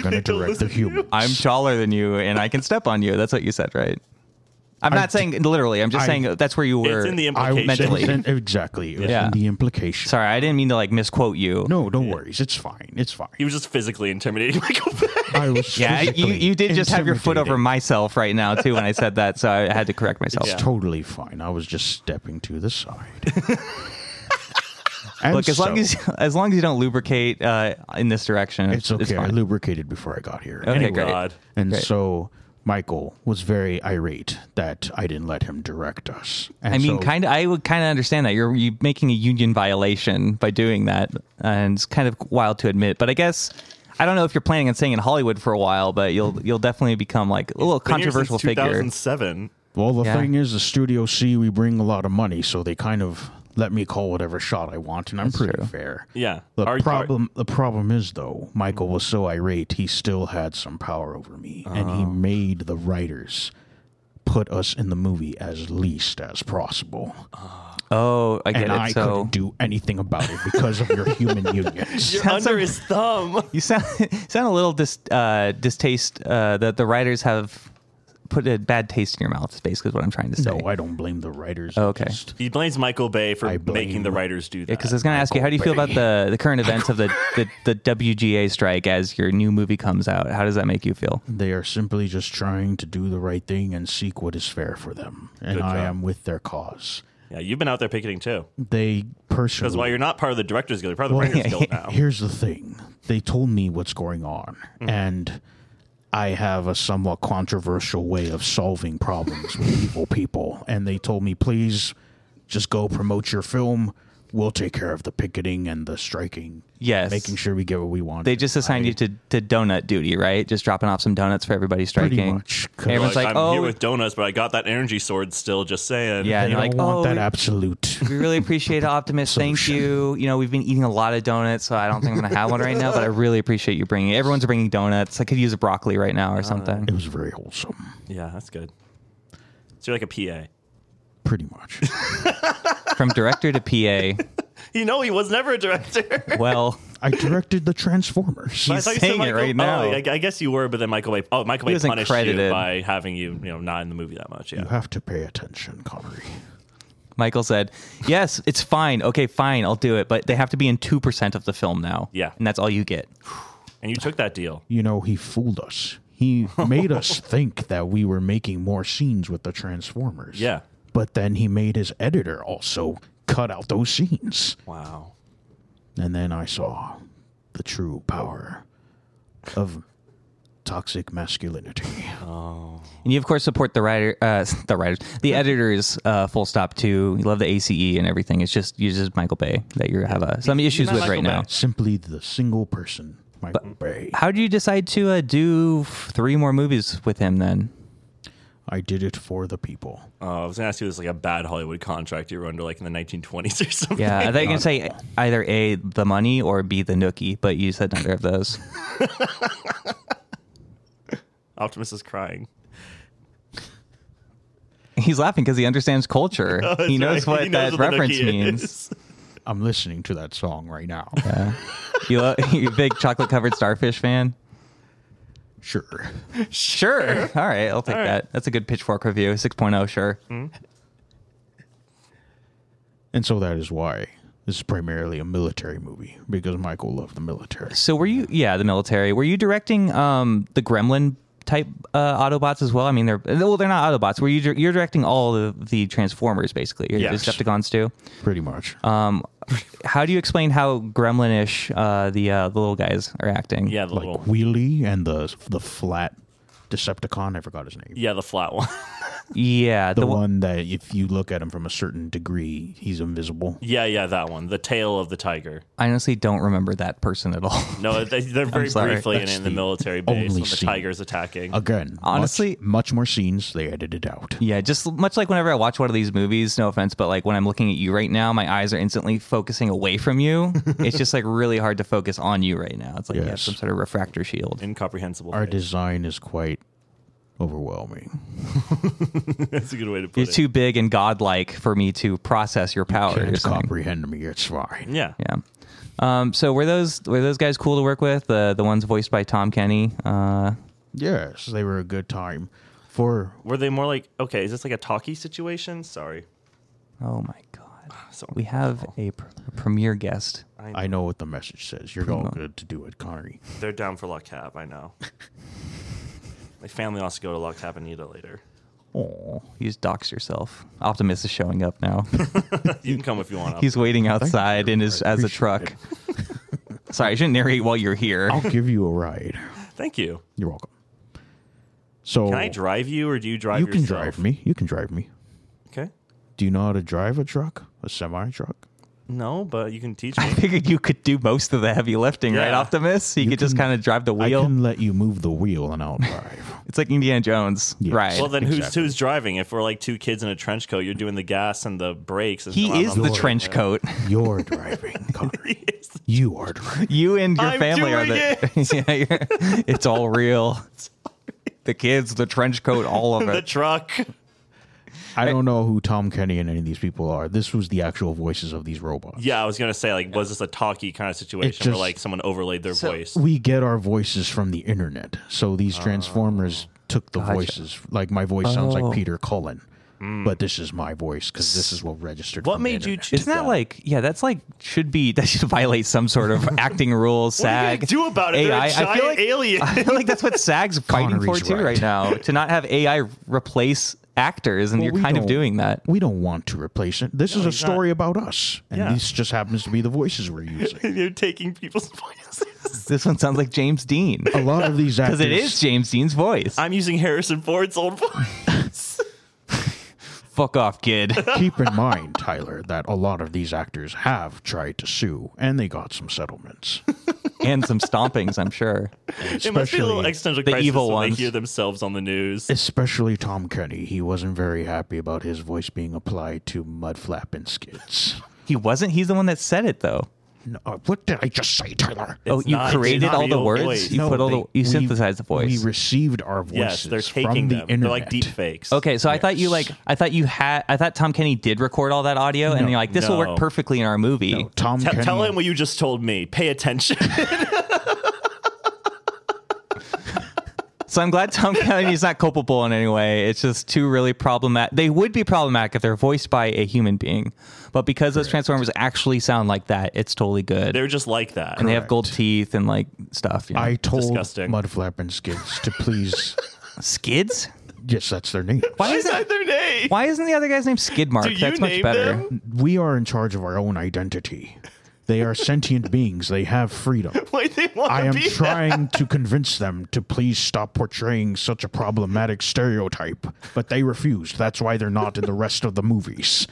A: [laughs]
C: going to direct the humans.
A: I'm taller than you, and I can step on you. That's what you said, right? I'm not saying literally. I'm just
C: I-
A: saying that's where you were.
B: It's in the
C: I
B: implication.
A: mentally-
C: wasn't exactly. It was
A: Yeah.
C: in the implication.
A: Sorry, I didn't mean to like misquote you.
C: No, no worries. It's fine. It's fine.
B: He was just physically intimidating [laughs] Michael Bay.
C: I was
A: Yeah, you,
C: physically
A: you did just have your foot over
C: intimidated.
A: myself right now too when I said that, so I had to correct myself.
B: Yeah.
A: [laughs]
C: Totally fine. I was just stepping to the side.
A: Look, as [laughs] long
C: so-
A: as as long as you don't lubricate uh, in this direction,
C: It's okay. I
A: fine.
C: lubricated before I got here.
A: Okay,
B: Thank
A: great.
B: God.
C: And
A: Great.
C: so Michael was very irate that I didn't let him direct us. And
A: I mean,
C: so-
A: kind of. I would kind of understand that you're you making a union violation by doing that, and it's kind of wild to admit. But I guess I don't know if you're planning on staying in Hollywood for a while, but you'll you'll definitely become like a little
B: Been here since
A: controversial figure.
B: 2007.
C: Well, the
A: Yeah.
C: thing is, the Studio C, we bring a lot of money, so they kind of let me call whatever shot I want, and I'm pretty
A: true.
C: fair.
B: Yeah.
C: The
B: Are- Mm-hmm. are-
C: problem, the problem is though, Michael was so irate, he still had some power over me, and
A: Oh.
C: he made the writers put us in the movie as least as possible,
A: Oh, I get
C: and
A: it.
C: I
A: so
C: couldn't do anything about it because of your
A: [laughs]
C: human unions.
B: You're under his thumb.
A: you sound [laughs] sound a little dis, uh, distaste uh, that the writers have put a bad taste in your mouth. Is basically what I'm trying to say.
C: No, I don't blame the writers.
A: Oh, Okay.
C: Just-
B: He blames Michael Bay for
C: I blame-
B: making the writers do that.
A: because I was going to ask you, how do you feel about the, the current events of the,
C: [laughs]
A: the, the WGA strike as your new movie comes out? How does that make you feel?
C: They are simply just trying to do the right thing and seek what is fair for them, and
B: Good
C: I
B: job.
C: am with their cause.
B: yeah, you've been out there picketing too.
C: They
B: Because
C: personally.
B: while you're not part of the Directors Guild, you're part of the
C: Well,
B: Writers
A: yeah,
B: Guild now.
C: Here's the thing. They told me what's going on,
A: Mm-hmm.
C: and I have a somewhat controversial way of solving problems with evil people. And they told me, please just go promote your film. We'll take care of the picketing and the striking.
A: Yes.
C: Making sure we get what we want.
A: They just assigned you to, to donut duty, right? Just dropping off some donuts for everybody striking.
C: pretty much. 'cause
A: Everyone's
B: Like,
A: like,
B: I'm
A: oh,
B: here with donuts, but I got that energy sword still. Just saying.
A: yeah, and
C: they don't
A: they're like,
C: want
A: oh,
C: that
A: we- [laughs]
C: absolute.
A: we really
C: [laughs]
A: appreciate it, Optimus. Thank
C: Solution.
A: you. You know, we've been eating a lot of donuts, so I don't think I'm going to have one right now, but I really appreciate you bringing it. Everyone's bringing donuts. I could use a broccoli right
C: Uh,
A: now or something.
C: [laughs] it was very wholesome.
B: Yeah, that's good. So you're like a PA.
C: Pretty much.
A: From director to
B: You know, he was never a director. [laughs]
A: PA. Well,
C: I directed the Transformers.
B: I thought you said
A: saying it
B: Michael-
A: right now.
B: Oh, I, I guess you were, but then Michael Bay. Oh, Michael Bay
A: wasn't
B: punished
A: credited.
B: you by having you, you know, not in the movie that much.
C: You
B: Yeah.
C: have to pay attention, Connery.
A: Michael said, "Yes, it's fine. Okay, fine, I'll do it, but they have to be in 2% of the film now."
B: Yeah.
A: And that's all you get.
B: And you took that deal.
C: you know, he fooled us. He made us think that we were making more scenes with the Transformers.
B: Yeah.
C: But then he made his editor also cut out those scenes.
B: Wow.
C: And then I saw the true power of toxic masculinity.
A: And you of course support the writer uh [laughs] the writers, the editors uh full stop too. You love the ACE and everything. It's just you just Michael Bay that you have uh, some issues
B: not
A: with
B: Michael
A: right
B: Bay.
A: now.
C: Simply the single person, Michael Bay.
A: How did you decide to uh, do f- three more movies with him
B: [laughs]
A: then?
C: I did it for the people.
B: Oh, I was gonna ask you this like a bad Hollywood contract you were under like in the 1920s or something.
A: Yeah, I thought you can say either A the money or B the nookie, but you said neither of those.
B: [laughs]
A: [laughs]
B: Optimus is crying.
A: He's laughing cuz he understands
B: [laughs]
A: culture. he knows
B: That's right.
A: what
B: He knows
A: that
B: what the
A: reference
B: Nokia
A: means.
B: is. [laughs]
C: I'm listening to that song right now.
A: You lo- [laughs] you big chocolate covered starfish
B: [laughs]
A: fan?
C: Sure.
A: Sure. All right, I'll take that. That's a good pitchfork review. 6.0, sure.
C: And so that is why this is primarily a military movie because Michael loved the military.
A: So were you yeah, the military. Were you directing um the Gremlin type uh, Autobots as well? I mean they're well they're not Autobots. Were you dir- you're directing all of the Transformers basically. You're
B: Yes.
A: the Decepticons too.
C: Pretty much.
A: How do you explain how Gremlinish uh the uh, the little guys are acting?
B: Yeah, the
C: like
B: little,
C: Wheelie and the the flat Decepticon. I forgot his name.
B: yeah, the flat one. [laughs]
A: Yeah,
C: The,
A: the, one
C: one that if you look at him from a certain degree, he's invisible.
B: yeah, yeah, that one. The tail of the tiger.
A: I honestly don't remember that person at all. [laughs]
B: No, they, they're very
A: sorry.
B: briefly in,
C: That's
B: in the
C: the
B: military base
C: only
B: when the
C: scene.
B: tiger's attacking.
C: Again,
A: Honestly-
C: much, much more scenes they edited out.
A: Yeah, just much like whenever I watch one of these movies, no offense, but like when I'm looking at you right now, my eyes are instantly focusing away from
C: [laughs]
A: you. it's just like really hard to focus on you right now. It's like you have
C: Yes.
A: some sort of refractor shield.
B: Incomprehensible.
C: Our
B: face.
C: design is quite overwhelming.
B: [laughs] That's a good way to put
A: You're
B: it.
A: too big and godlike for me to process your
B: Oh,
A: power. you're
C: Can't
A: saying.
C: comprehend me. It's fine.
B: yeah.
A: Yeah. Um, so were those were those guys cool to work with? The the ones voiced by Tom Kenny. Uh,
C: Yes, they were a good time. For
B: Were they more like okay? Is this like a talkie situation? Sorry.
A: oh my god,
B: So
A: we have a, pr- a premiere guest.
C: I know what the message says. You're all good to do it, Connery.
B: they're [laughs] down for La Cab. I know. My family wants to go to La Cabanita later.
A: Oh, you just doxed yourself. Optimus is showing up
C: [laughs]
A: now.
B: You can come if you
A: [laughs]
B: want.
A: He's waiting outside in his
C: I
A: as a
C: appreciate
A: truck. [laughs] Sorry, I shouldn't narrate while you're here.
B: Oh.
C: I'll give you a ride.
B: Thank you.
C: You're welcome. So
B: Can I drive you, or do you drive?
C: Oh. you can
B: yourself?
C: drive me. You can drive me.
B: Okay.
C: Do you know how to drive a truck? A semi truck?
B: No, but you can teach
A: [laughs]
B: me.
A: I figured you could do most of the heavy lifting, right,
B: Yeah.
A: Optimus? You, could just
C: can-
A: kind of drive the
C: I
A: wheel.
C: can let you move the wheel and I'll drive.
A: It's like Indiana Jones,
C: Yes.
A: right?
B: well, then who's
C: Exactly.
B: who's driving? If we're like two kids in a trench coat, you're doing the gas and the brakes. And
A: he
B: [laughs]
A: is the
C: Lord.
A: trench coat.
C: [laughs] You're [laughs] driving, Connor. You are driving.
A: You and your
B: I'm
A: family are
B: doing
A: the. [laughs] yeah, you're- it's all real. The kids, the trench coat, all of
B: [laughs] the
A: it.
B: truck.
C: I don't know who Tom Kenny and any of these people are. This was the actual voices of these robots.
B: Yeah, I was gonna say like, was this a talkie kind of situation where
C: just-
B: like someone overlaid their
A: So-
B: voice?
C: We get our voices from the internet. So these Transformers took the voices. Like my voice sounds
A: Oh.
C: like Peter Cullen, but this is my voice because this is what registered.
B: Mm. What
C: from the
B: made you
C: internet.
B: choose
A: Isn't that
B: that?
A: like yeah? That's like should be that should violate some sort
B: [laughs]
A: of acting rule. SAG
B: What are you gonna do about it? They're
A: AI.
B: a giant
A: I feel like
B: alien. [laughs]
A: I feel like that's what SAG's fighting
C: Connery's
A: for too
C: right.
A: right now to not have AI replace actors, and
C: Well,
A: you're
C: we
A: kind of
C: don't-
A: doing that.
C: We don't want to replace it. This is a
B: he's not-
C: story about us, and
B: Yeah.
C: this just happens to be the voices we're using.
B: You're taking people's [laughs] voices.
A: This one sounds like James
B: [laughs]
A: Dean
B: Oh,
C: A lot of these actors.
A: because it is James Dean's voice.
B: I'm using Harrison Ford's old voice.
A: Fuck off,
B: [laughs]
A: kid.
C: Keep in mind, Tyler, that a lot of these actors have tried to sue, and they got some settlements.
A: and some stompings, I'm sure.
B: It must be a little
C: Especially-
B: existential
A: the
B: crisis
A: evil
B: when
A: ones.
B: they hear themselves on the news.
C: Especially Tom Kenny. He wasn't very happy about his voice being applied to mudflap and skids.
A: He wasn't. He's the one that said it though.
C: No, uh, what did I just say, Tyler?
A: oh,
B: It's
A: you
B: not- it's
A: created
B: not
A: all the
B: real
A: words.
B: voice.
A: You
C: No,
A: put all
C: they-
A: the. You
C: we-
A: synthesized the
C: We
A: voice.
C: received our
B: Yes,
C: voices
B: they're
C: from
B: taking
C: the
B: them.
C: internet.
B: They're like deep fakes.
A: Okay, so I thought you like I thought you had I thought Tom Kenny did record all that audio and
C: No.
A: you're like this will
B: No.
A: work perfectly in our movie.
C: No, Tom
B: Te-
C: Kenny.
B: tell him what you just told me. Pay attention. [laughs]
A: So I'm glad Tom Kenny's not culpable in any way. It's just two really problematic. They would be problematic if they're voiced by a human being, but because those Transformers actually sound like that, it's totally good.
B: They're just like that.
A: and they have gold teeth and like stuff. You know?
C: I told
B: Disgusting.
C: mudflap and skids
B: [laughs]
C: to please.
A: Skids?
C: yes, that's their name.
A: Why
B: Why
A: is
B: [laughs] is
A: that?
B: that their name?
A: Why isn't the other guy's name Skidmark?
B: Do you
A: That's much
B: name
A: better.
B: them? [laughs]
C: We are in charge of our own identity. They are sentient beings. They have freedom.
B: Why they
C: I
B: want
C: am [laughs]
B: to be
C: trying to convince them to please stop portraying such a problematic stereotype, but they refused. That's why they're not in the rest of the movies.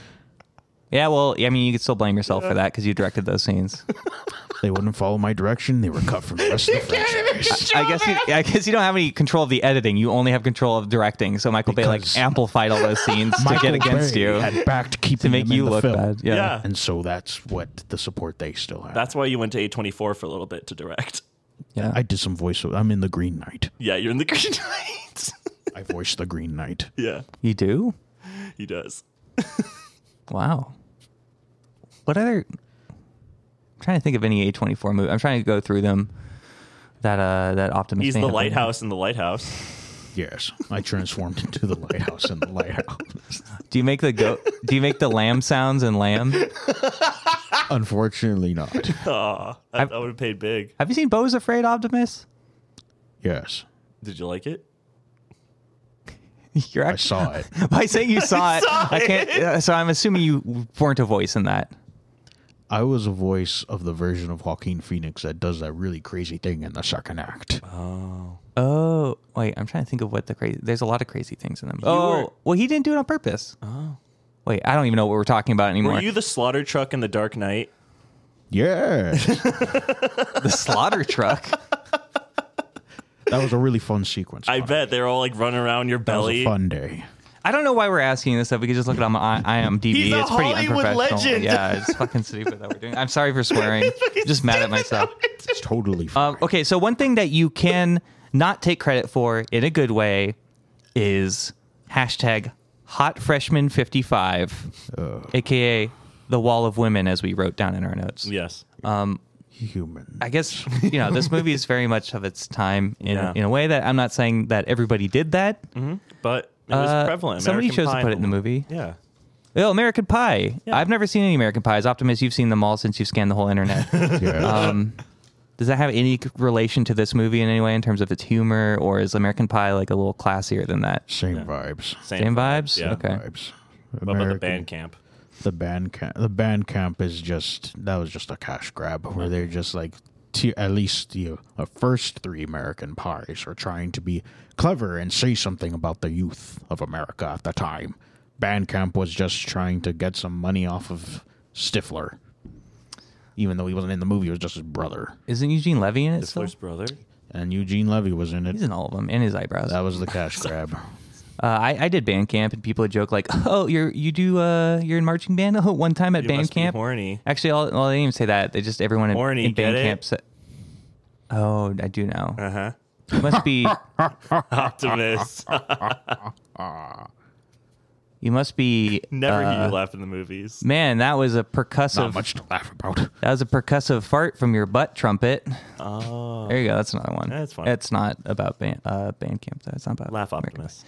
A: Yeah, well, I mean, you can still blame yourself for that because you directed those scenes.
C: They wouldn't follow my direction. They were cut from the rest of the franchise. [laughs]
A: I guess you, I guess you don't have any control of the editing. You only have control of directing. So Michael Bay like
C: Because-
A: amplified all
C: [laughs]
A: those scenes to
C: Michael
A: get against
C: Bay
A: you
C: had backed keeping
A: to make
C: them in
A: you
C: the
A: look
C: film.
A: bad. Yeah.
B: Yeah.
C: And so that's what the support they still have.
B: That's why you went to A24 for a little bit to direct.
A: yeah.
C: I did some voiceover. I'm in the Green Knight.
B: Yeah, you're in the [laughs] Green Knight.
C: I voiced the Green Knight.
B: [laughs] yeah,
A: you do?
B: he does.
A: Wow. What other? I'm trying to think of any A24 movie. I'm trying to go through them. That uh, that Optimus.
B: He's
A: may
B: the
A: have been.
B: lighthouse in the lighthouse.
C: Yes, I transformed into the lighthouse in the lighthouse.
A: Do you make the go? do you make the lamb sounds and lamb?
C: Unfortunately, not.
B: Aw, I, would have paid big.
A: Have you seen Bo's Afraid Optimus? [laughs]
C: Yes,
B: Did you like it?
A: You're
C: I
A: actually
C: saw it.
A: by saying
C: [laughs]
A: you saw it.
B: saw
A: I can't.
B: it.
A: uh, so I'm assuming you weren't a voice in that.
C: I was a voice of the version of Joaquin Phoenix that does that really crazy thing in the second act.
A: Oh wait, I'm trying to think of what the crazy. There's a lot of crazy things in them. oh
B: were-
A: well, he didn't do it on purpose. Oh wait, I don't even know what we're talking about anymore.
B: Were you the slaughter truck in the Dark Knight?
C: Yeah, [laughs]
A: the
B: [laughs]
A: slaughter truck?
C: that was a really fun sequence.
B: I
C: Connor.
B: bet they're all like running around your
C: that was
B: belly.
C: a fun day.
A: I don't know why we're asking this stuff. We could just look it on my I- IMDb.
B: He's a
A: it's pretty
B: Hollywood
A: unprofessional.
B: legend.
A: Yeah, it's fucking stupid that we're doing. I'm sorry
B: [laughs]
A: for swearing. just mad at myself.
C: It's totally fun.
A: Um, okay, so one thing that you can not take credit for in a good way is hashtag hot freshman 55, aka the wall of women, as we wrote down in our notes.
B: Yes.
C: Human.
A: I guess you know this movie is very much of its time in,
B: Yeah.
A: in a way that I'm not saying that everybody did that.
B: But it was
A: Uh,
B: prevalent.
A: somebody
B: American
A: chose
B: Pie
A: to put it in the movie.
B: Yeah.
A: Oh, American
B: [laughs] Um,
A: Pie! I've never seen any American Pies. Optimus, you've seen them all since you've scanned the whole internet.
C: Yes.
A: Does that have any c- relation to this movie in any way in terms of its humor, or is American Pie like a little classier than that?
C: Same vibes.
A: Same vibes.
B: Yeah.
A: Okay.
C: Vibes.
B: What about the
C: American-
B: band camp?
C: the band camp the band camp is just that was just a cash grab where they're just like t- at least you know, the first three american pies are trying to be clever and say something about the youth of america at the time band camp was just trying to get some money off of stifler even though he wasn't in the movie it was just his brother
A: Isn't Eugene Levy in it? Still?
B: Stifler's brother.
C: and eugene levy was in
A: He's
C: it
A: in all of them, and his eyebrows.
C: that was the
A: [laughs]
C: cash grab
A: Uh, I, I did band camp, and people would joke like, "Oh, you're you do uh you're in marching band." [laughs] Oh, one time at
B: You
A: band
B: must be
A: camp,
B: horny.
A: actually, all, well, they didn't even say that. They just everyone in,
B: Horny,
A: in band
B: get it?
A: camp said, "Oh, I do
B: [laughs]
A: know."
B: Uh huh.
A: You must be
B: Optimus. [laughs]
A: you must be
B: Never
A: uh,
B: hear you laugh in the movies.
A: Man, that was a percussive
C: not much to laugh about
A: that was a percussive fart from your butt trumpet. Oh, there you go. That's another one.
B: That's fine.
A: It's not about band uh, Bandcamp. That's not about
B: Laugh,
A: American
B: Optimus.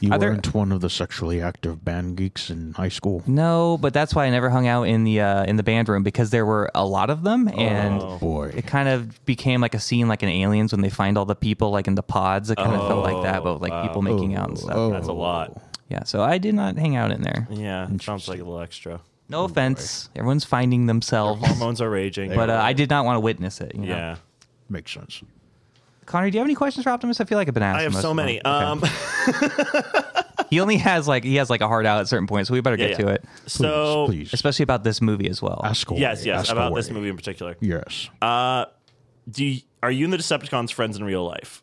C: you
A: Are there-
C: weren't one of the sexually active band geeks in high school
A: No, but that's why I never hung out in the uh, in the band room because there were a lot of them, and
B: Oh.
C: boy
A: it kind of became like a scene, like in Aliens when they find all the people like in the pods. It kind of felt like
B: Oh,
A: that, but with, like people making out and stuff.
C: Oh.
B: That's a lot.
A: Yeah, so I did not hang out in there.
B: Yeah, it sounds like a little extra.
A: No offense, everyone's finding themselves,
B: Hormones are raging.
A: but uh, I did not want to witness it. You know?
B: Yeah.
C: makes sense
A: Connor, do you have any questions for Optimus? I feel like I've been asked.
B: I have
A: most
B: so
A: of them.
B: many.
A: Okay.
B: Um,
A: he only has like he has like a hard out at certain points, so we better
B: yeah,
A: get
B: yeah.
A: to it,
B: So,
C: please, please.
A: especially about this movie as well.
C: Ask away.
B: yes, yes,
C: Ask
B: about
C: away.
B: this movie in particular.
C: Yes.
B: Uh, do you, are you and the Decepticons friends in real life,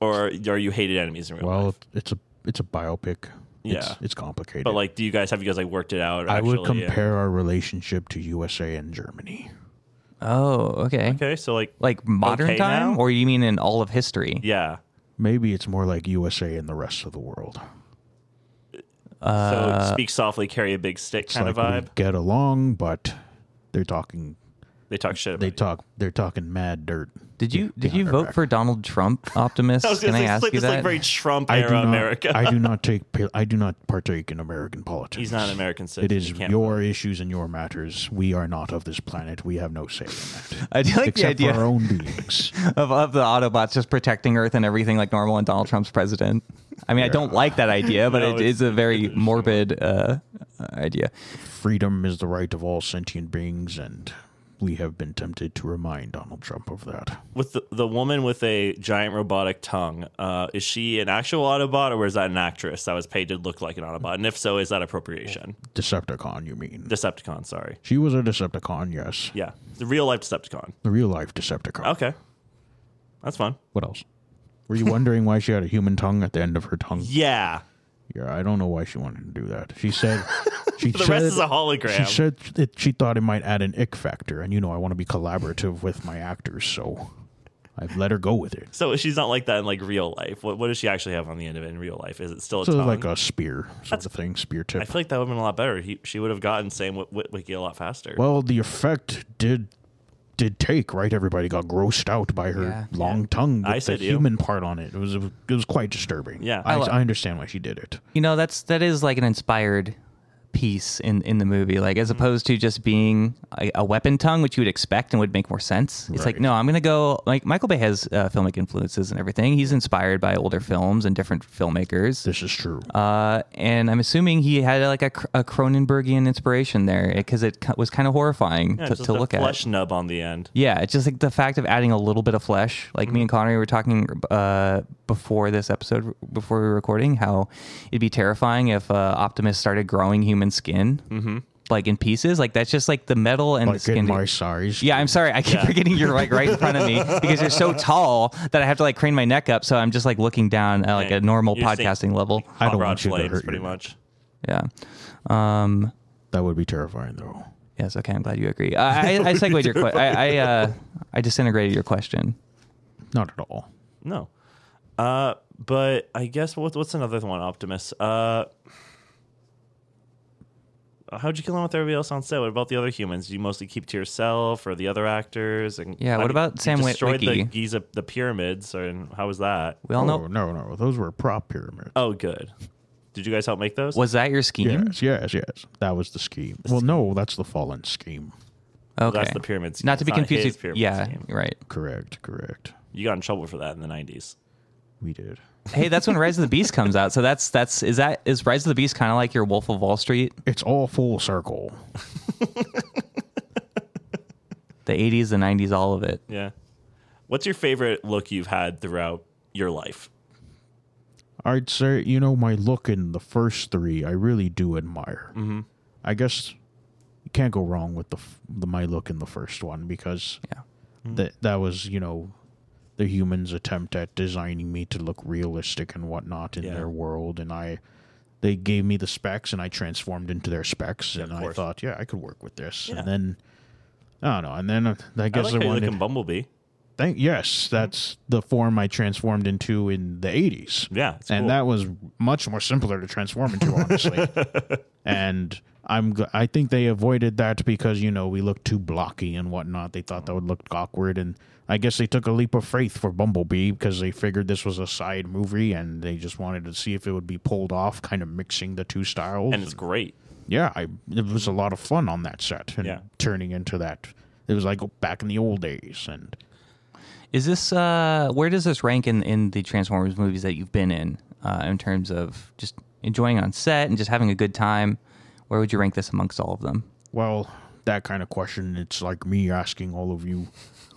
B: or are you hated enemies in real life?
C: well, it's a it's a biopic. It's,
B: Yeah.
C: it's complicated.
B: But like, do you guys have you guys like worked it out?
C: I would
B: actually? uh, Yeah.
C: compare our relationship to USA and Germany.
A: oh, okay.
B: Okay, so like,
A: Like modern
B: Okay
A: time,
B: now?
A: or you mean in all of history?
B: yeah.
C: Maybe it's more like USA and the rest of the world. uh,
B: so speak softly, carry a big stick
C: It's
B: kind
C: like
B: of vibe.
C: we get along, but they're talking.
B: They talk shit. About
C: They
B: you.
C: talk. They're talking mad dirt.
A: Did you did
C: Behind
A: you
C: our
A: vote
C: back.
A: for Donald Trump,
B: [laughs]
A: Optimus?
B: I was
A: Can
B: gonna
A: I
B: say, it's
A: ask
B: like
A: you
B: this like
A: that?
B: very Trump
C: I do
B: era
C: not.
B: America. [laughs]
C: I do not take. pa- I do not partake in American politics.
B: He's not an American citizen.
C: It is
B: He can't
C: your issues and your matters. We are not of this planet. We have no say in that,
A: I do like the
C: except for our
A: idea [laughs]
C: own beings.
A: of, of the Autobots just protecting Earth and everything like normal, and Donald Trump's president. I mean, I don't like that idea, but
B: No,
A: it
B: it's-
A: is a very morbid uh, idea.
C: freedom is the right of all sentient beings, and we have been tempted to remind Donald Trump of that.
B: with the, the woman with a giant robotic tongue, uh, is she an actual Autobot or is that an actress that was paid to look like an Autobot? And if so, is that appropriation?
C: Decepticon, you mean?
B: Decepticon, sorry.
C: she was a Decepticon, yes.
B: Yeah, the real life Decepticon.
C: The real life Decepticon.
B: Okay, that's fun.
C: What else? Were you wondering why she had a human tongue at the end of her tongue?
B: Yeah,
C: Yeah, I don't know why she wanted to do that.
B: [laughs]
C: She said she
B: the
C: said,
B: rest is a
C: she
B: hologram.
C: said that she thought it might add an ick factor, and you know I want to be collaborative with my actors, so I've let her go with it.
B: so she's not like that in like real life. What what does she actually have on the end of it in real life? Is it still a
C: So
B: tongue?
C: like a spear sort of thing, spear tip.
B: I feel like that would have been a lot better. He, she would have gotten same Wit- Wit- Wiki a lot faster.
C: Well, the effect did did take right. Everybody got grossed out by her
A: Yeah.
C: long tongue with
B: I
C: the
B: said you.
C: human part on it. It was it was quite disturbing.
B: Yeah. I
C: I, I,
A: li-
C: understand why she did it.
A: you know that's that is like an inspired piece in in the movie like as opposed to just being a, a weapon tongue which you would expect and would make more sense it's like
C: Right.
A: no i'm gonna go like michael bay has uh, filmic influences and everything he's inspired by older films and different filmmakers
C: This is true.
A: uh, and i'm assuming he had like a, Cr- a cronenbergian inspiration there because it co- was kind of horrifying
B: yeah,
A: to,
B: just
A: to
B: the
A: look at
B: flesh nub on the end.
A: yeah, it's just like the fact of adding a little bit of flesh. Like me and
B: Mm-hmm.
A: Connor were talking uh, before this episode, before we were recording, how it'd be terrifying if uh, Optimus started growing human skin, mm-hmm. like in pieces. Like that's just like the metal and the
C: Like
A: skin.
C: in my size.
A: yeah, I'm sorry. I keep forgetting you're like right in front
B: [laughs]
A: of me because you're so tall that I have to like crane my neck up. So I'm just like looking down at like
B: Yeah,
A: a normal
B: you're saying-
A: podcasting level.
C: I
B: Hot
C: don't
B: rod
C: want you to
B: blades,
C: hurt
B: pretty
C: your
B: much.
A: Yeah. Um,
C: That would be terrifying, though.
A: yes. Okay. I'm glad you agree. I,
B: [laughs]
A: I, I segued your question. I, I, uh, I disintegrated your question.
C: Not at all.
B: No. Uh, but I guess what, what's another one, Optimus? Uh, how'd you get along with everybody else on set? What about the other humans? Do you mostly keep to yourself or the other actors? And
A: Yeah,
B: how
A: what
B: did-
A: about
B: you
A: Sam Wit-
B: Destroyed
A: Wiki?
B: the Giza, the pyramids, or, and how was that?
A: We all know
C: Oh, no, no. Those were prop pyramids.
B: Oh, good. Did you guys help make those?
A: Was that your scheme?
C: Yes, yes, yes. That was the scheme. well, no, that's the fallen scheme.
A: Okay.
B: That's the pyramid scheme.
A: Not to
B: It's
A: be confused
B: his
A: with
B: pyramid
A: yeah,
B: scheme.
A: right.
C: Correct, correct.
B: You got in trouble for that in the 90s.
C: We did.
A: Hey, that's when Rise of the Beast comes out. So that's that's is that is Rise of the Beast kind of like your Wolf of Wall Street,
C: It's all full circle.
A: the '80s, the '90s, all of it.
B: Yeah. What's your favorite look you've had throughout your life?
C: I'd say, you know, my look in the first three, I really do admire. Mm-hmm. I guess you can't go wrong with the, f- the my look in the first one because
A: Yeah.
B: Mm-hmm.
C: that that was, you know, the humans' attempt at designing me to look realistic and whatnot in
B: Yeah.
C: their world, and I they gave me the specs and I transformed into their specs, and
B: of
C: I
B: course.
C: thought, yeah, I could work with this,
B: Yeah.
C: and then. I don't know, and then uh, I
B: I like
C: guess I
B: how you look
C: wanted.
B: in Mm-hmm. Bumblebee.
C: Thank yes, that's the form I transformed into in the eighties.
B: Yeah, it's
C: and
B: cool.
C: that was much more simpler to transform
B: [laughs]
C: into, honestly. and I'm gl- I think they avoided that because you know we looked too blocky and whatnot. They thought that would look awkward, and I guess they took a leap of faith for Bumblebee because they figured this was a side movie and they just wanted to see if it would be pulled off, kind of mixing the two styles.
B: And it's great.
C: yeah, I, it was a lot of fun on that set and
B: Yeah.
C: turning into that. It was like back in the old days, and
A: Is this uh where does this rank in in the Transformers movies that you've been in uh, in terms of just enjoying on set and just having a good time? Where would you rank this amongst all of them?
C: Well, that kind of question, it's like me asking all of you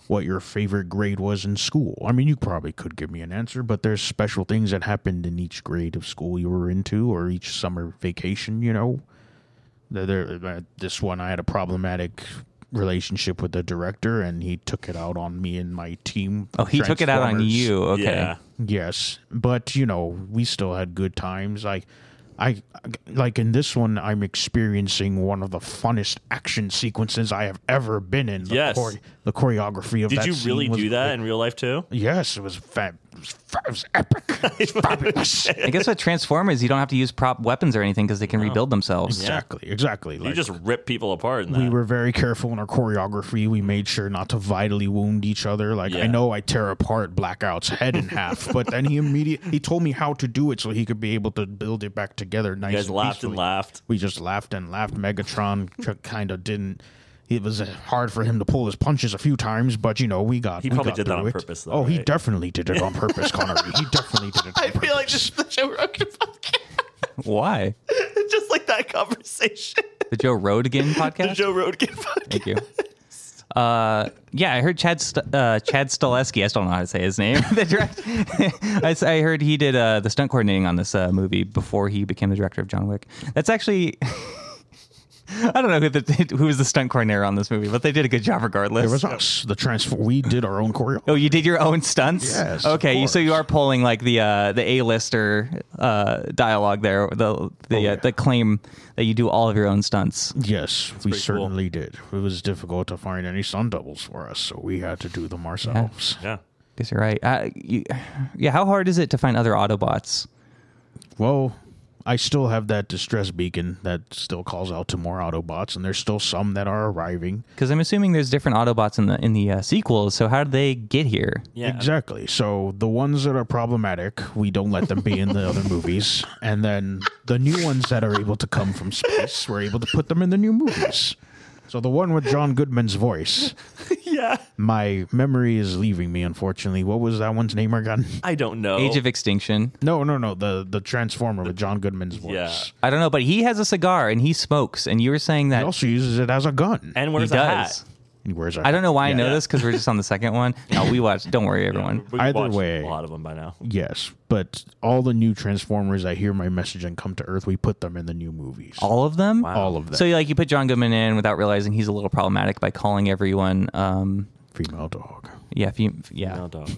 C: what your favorite grade was in school. I mean, you probably could give me an answer, but there's special things that happened in each grade of school you were into or each summer vacation, you know? There- there- uh, this one, I had a problematic relationship with the director, and he took it out on me and my team.
A: Oh, he took it out on
C: Transformers.
A: you. Okay.
B: Yeah.
C: Yes, but you know, we still had good times. Like, I like in this one, I'm experiencing one of the funnest action sequences I have ever been in. The
B: Yes.
C: the choreography of
B: Did
C: that
B: you
C: scene
B: really
C: was-
B: do that in real life too?
C: Yes, it was fab. It was, fab, it was
B: [laughs]
C: epic. It was fabulous.
A: I guess with Transformers, you don't have to use prop weapons or anything because they can rebuild
B: [laughs]
A: themselves.
C: exactly, exactly.
B: You
C: Like,
B: just rip people apart in that.
C: we were very careful in our choreography. We made sure not to vitally wound each other. Like
B: Yeah.
C: I know I tear apart Blackout's head in half, but then he immediately he told me how to do it so he could be able to build it back together. Nice
B: you guys
C: and
B: laughed
C: peacefully.
B: and laughed.
C: We just laughed and laughed. Megatron kind of didn't. It was uh, hard for him to pull his punches a few times, but you know we got. He
B: probably did that on purpose, though,
C: oh, he
B: right?
C: definitely did it on
B: [laughs]
C: purpose, Connery. He definitely did it. On
B: I
C: purpose.
B: feel like this is the Joe Rogan podcast. [laughs]
A: Why?
B: just like that conversation. [laughs]
A: The Joe Rogan
B: the
A: podcast.
B: Joe Rogan podcast.
A: Thank you. Uh, yeah, I heard Chad St- uh, Chad Stileski. I still don't know how to say his name. [laughs] the direct- [laughs] I, s- I heard he did uh, the stunt coordinating on this uh, movie before he became the director of John Wick. That's actually. [laughs] I don't know who the, who was the stunt coordinator on this movie, but they did a good job regardless.
C: it was us. The transform. We did our own choreo.
A: Oh, you did your own stunts?
C: Yes, of
A: Okay, you- so you
C: course.
A: are pulling like the uh, the A-lister uh, dialogue there, the the
C: Oh, yeah.
A: uh, the claim that you do all of your own stunts.
C: Yes,
B: pretty
C: we
B: cool.
C: certainly did. It was difficult to find any sun doubles for us, so we had to do them ourselves.
B: Yeah.
A: Guess you're right. Uh, you, yeah, how hard is it to find other Autobots?
C: Well, I still have that distress beacon that still calls out to more Autobots, and there's still some that are arriving.
A: Because I'm assuming there's different Autobots in the in the uh, sequels. So how did they get here?
B: Yeah.
C: Exactly. So the ones that are problematic, we don't let them be in the
A: [laughs]
C: other movies, and then the new ones that are able to come from space, we're able to put them in the new movies. So the one with John Goodman's voice,
B: [laughs] Yeah.
C: my memory is leaving me. Unfortunately, what was that one's name again? [laughs]
B: I don't
C: Oh.
B: know.
A: Age of Extinction.
C: No, no, no. The the Transformer with John Goodman's voice.
B: Yeah.
A: I don't know, but he has a cigar and he smokes. And you were saying
C: He
A: that
C: also uses it as a gun.
B: and
A: he
B: where's
A: does.
B: the hat?
C: he wears a
A: I don't know why I
C: Yeah.
A: know this because we're just on the second one. No, we watched. Don't worry, everyone.
B: We've
C: Either
B: watched
C: way.
B: a lot of them by now.
C: Yes, but all the new Transformers that hear my message and come to Earth, we put them in the new movies.
A: All of them.
C: All of them.
A: So like you put John Goodman in without realizing he's a little problematic by calling everyone. Um,
C: Female dog.
A: yeah, if you, yeah.
B: No dog.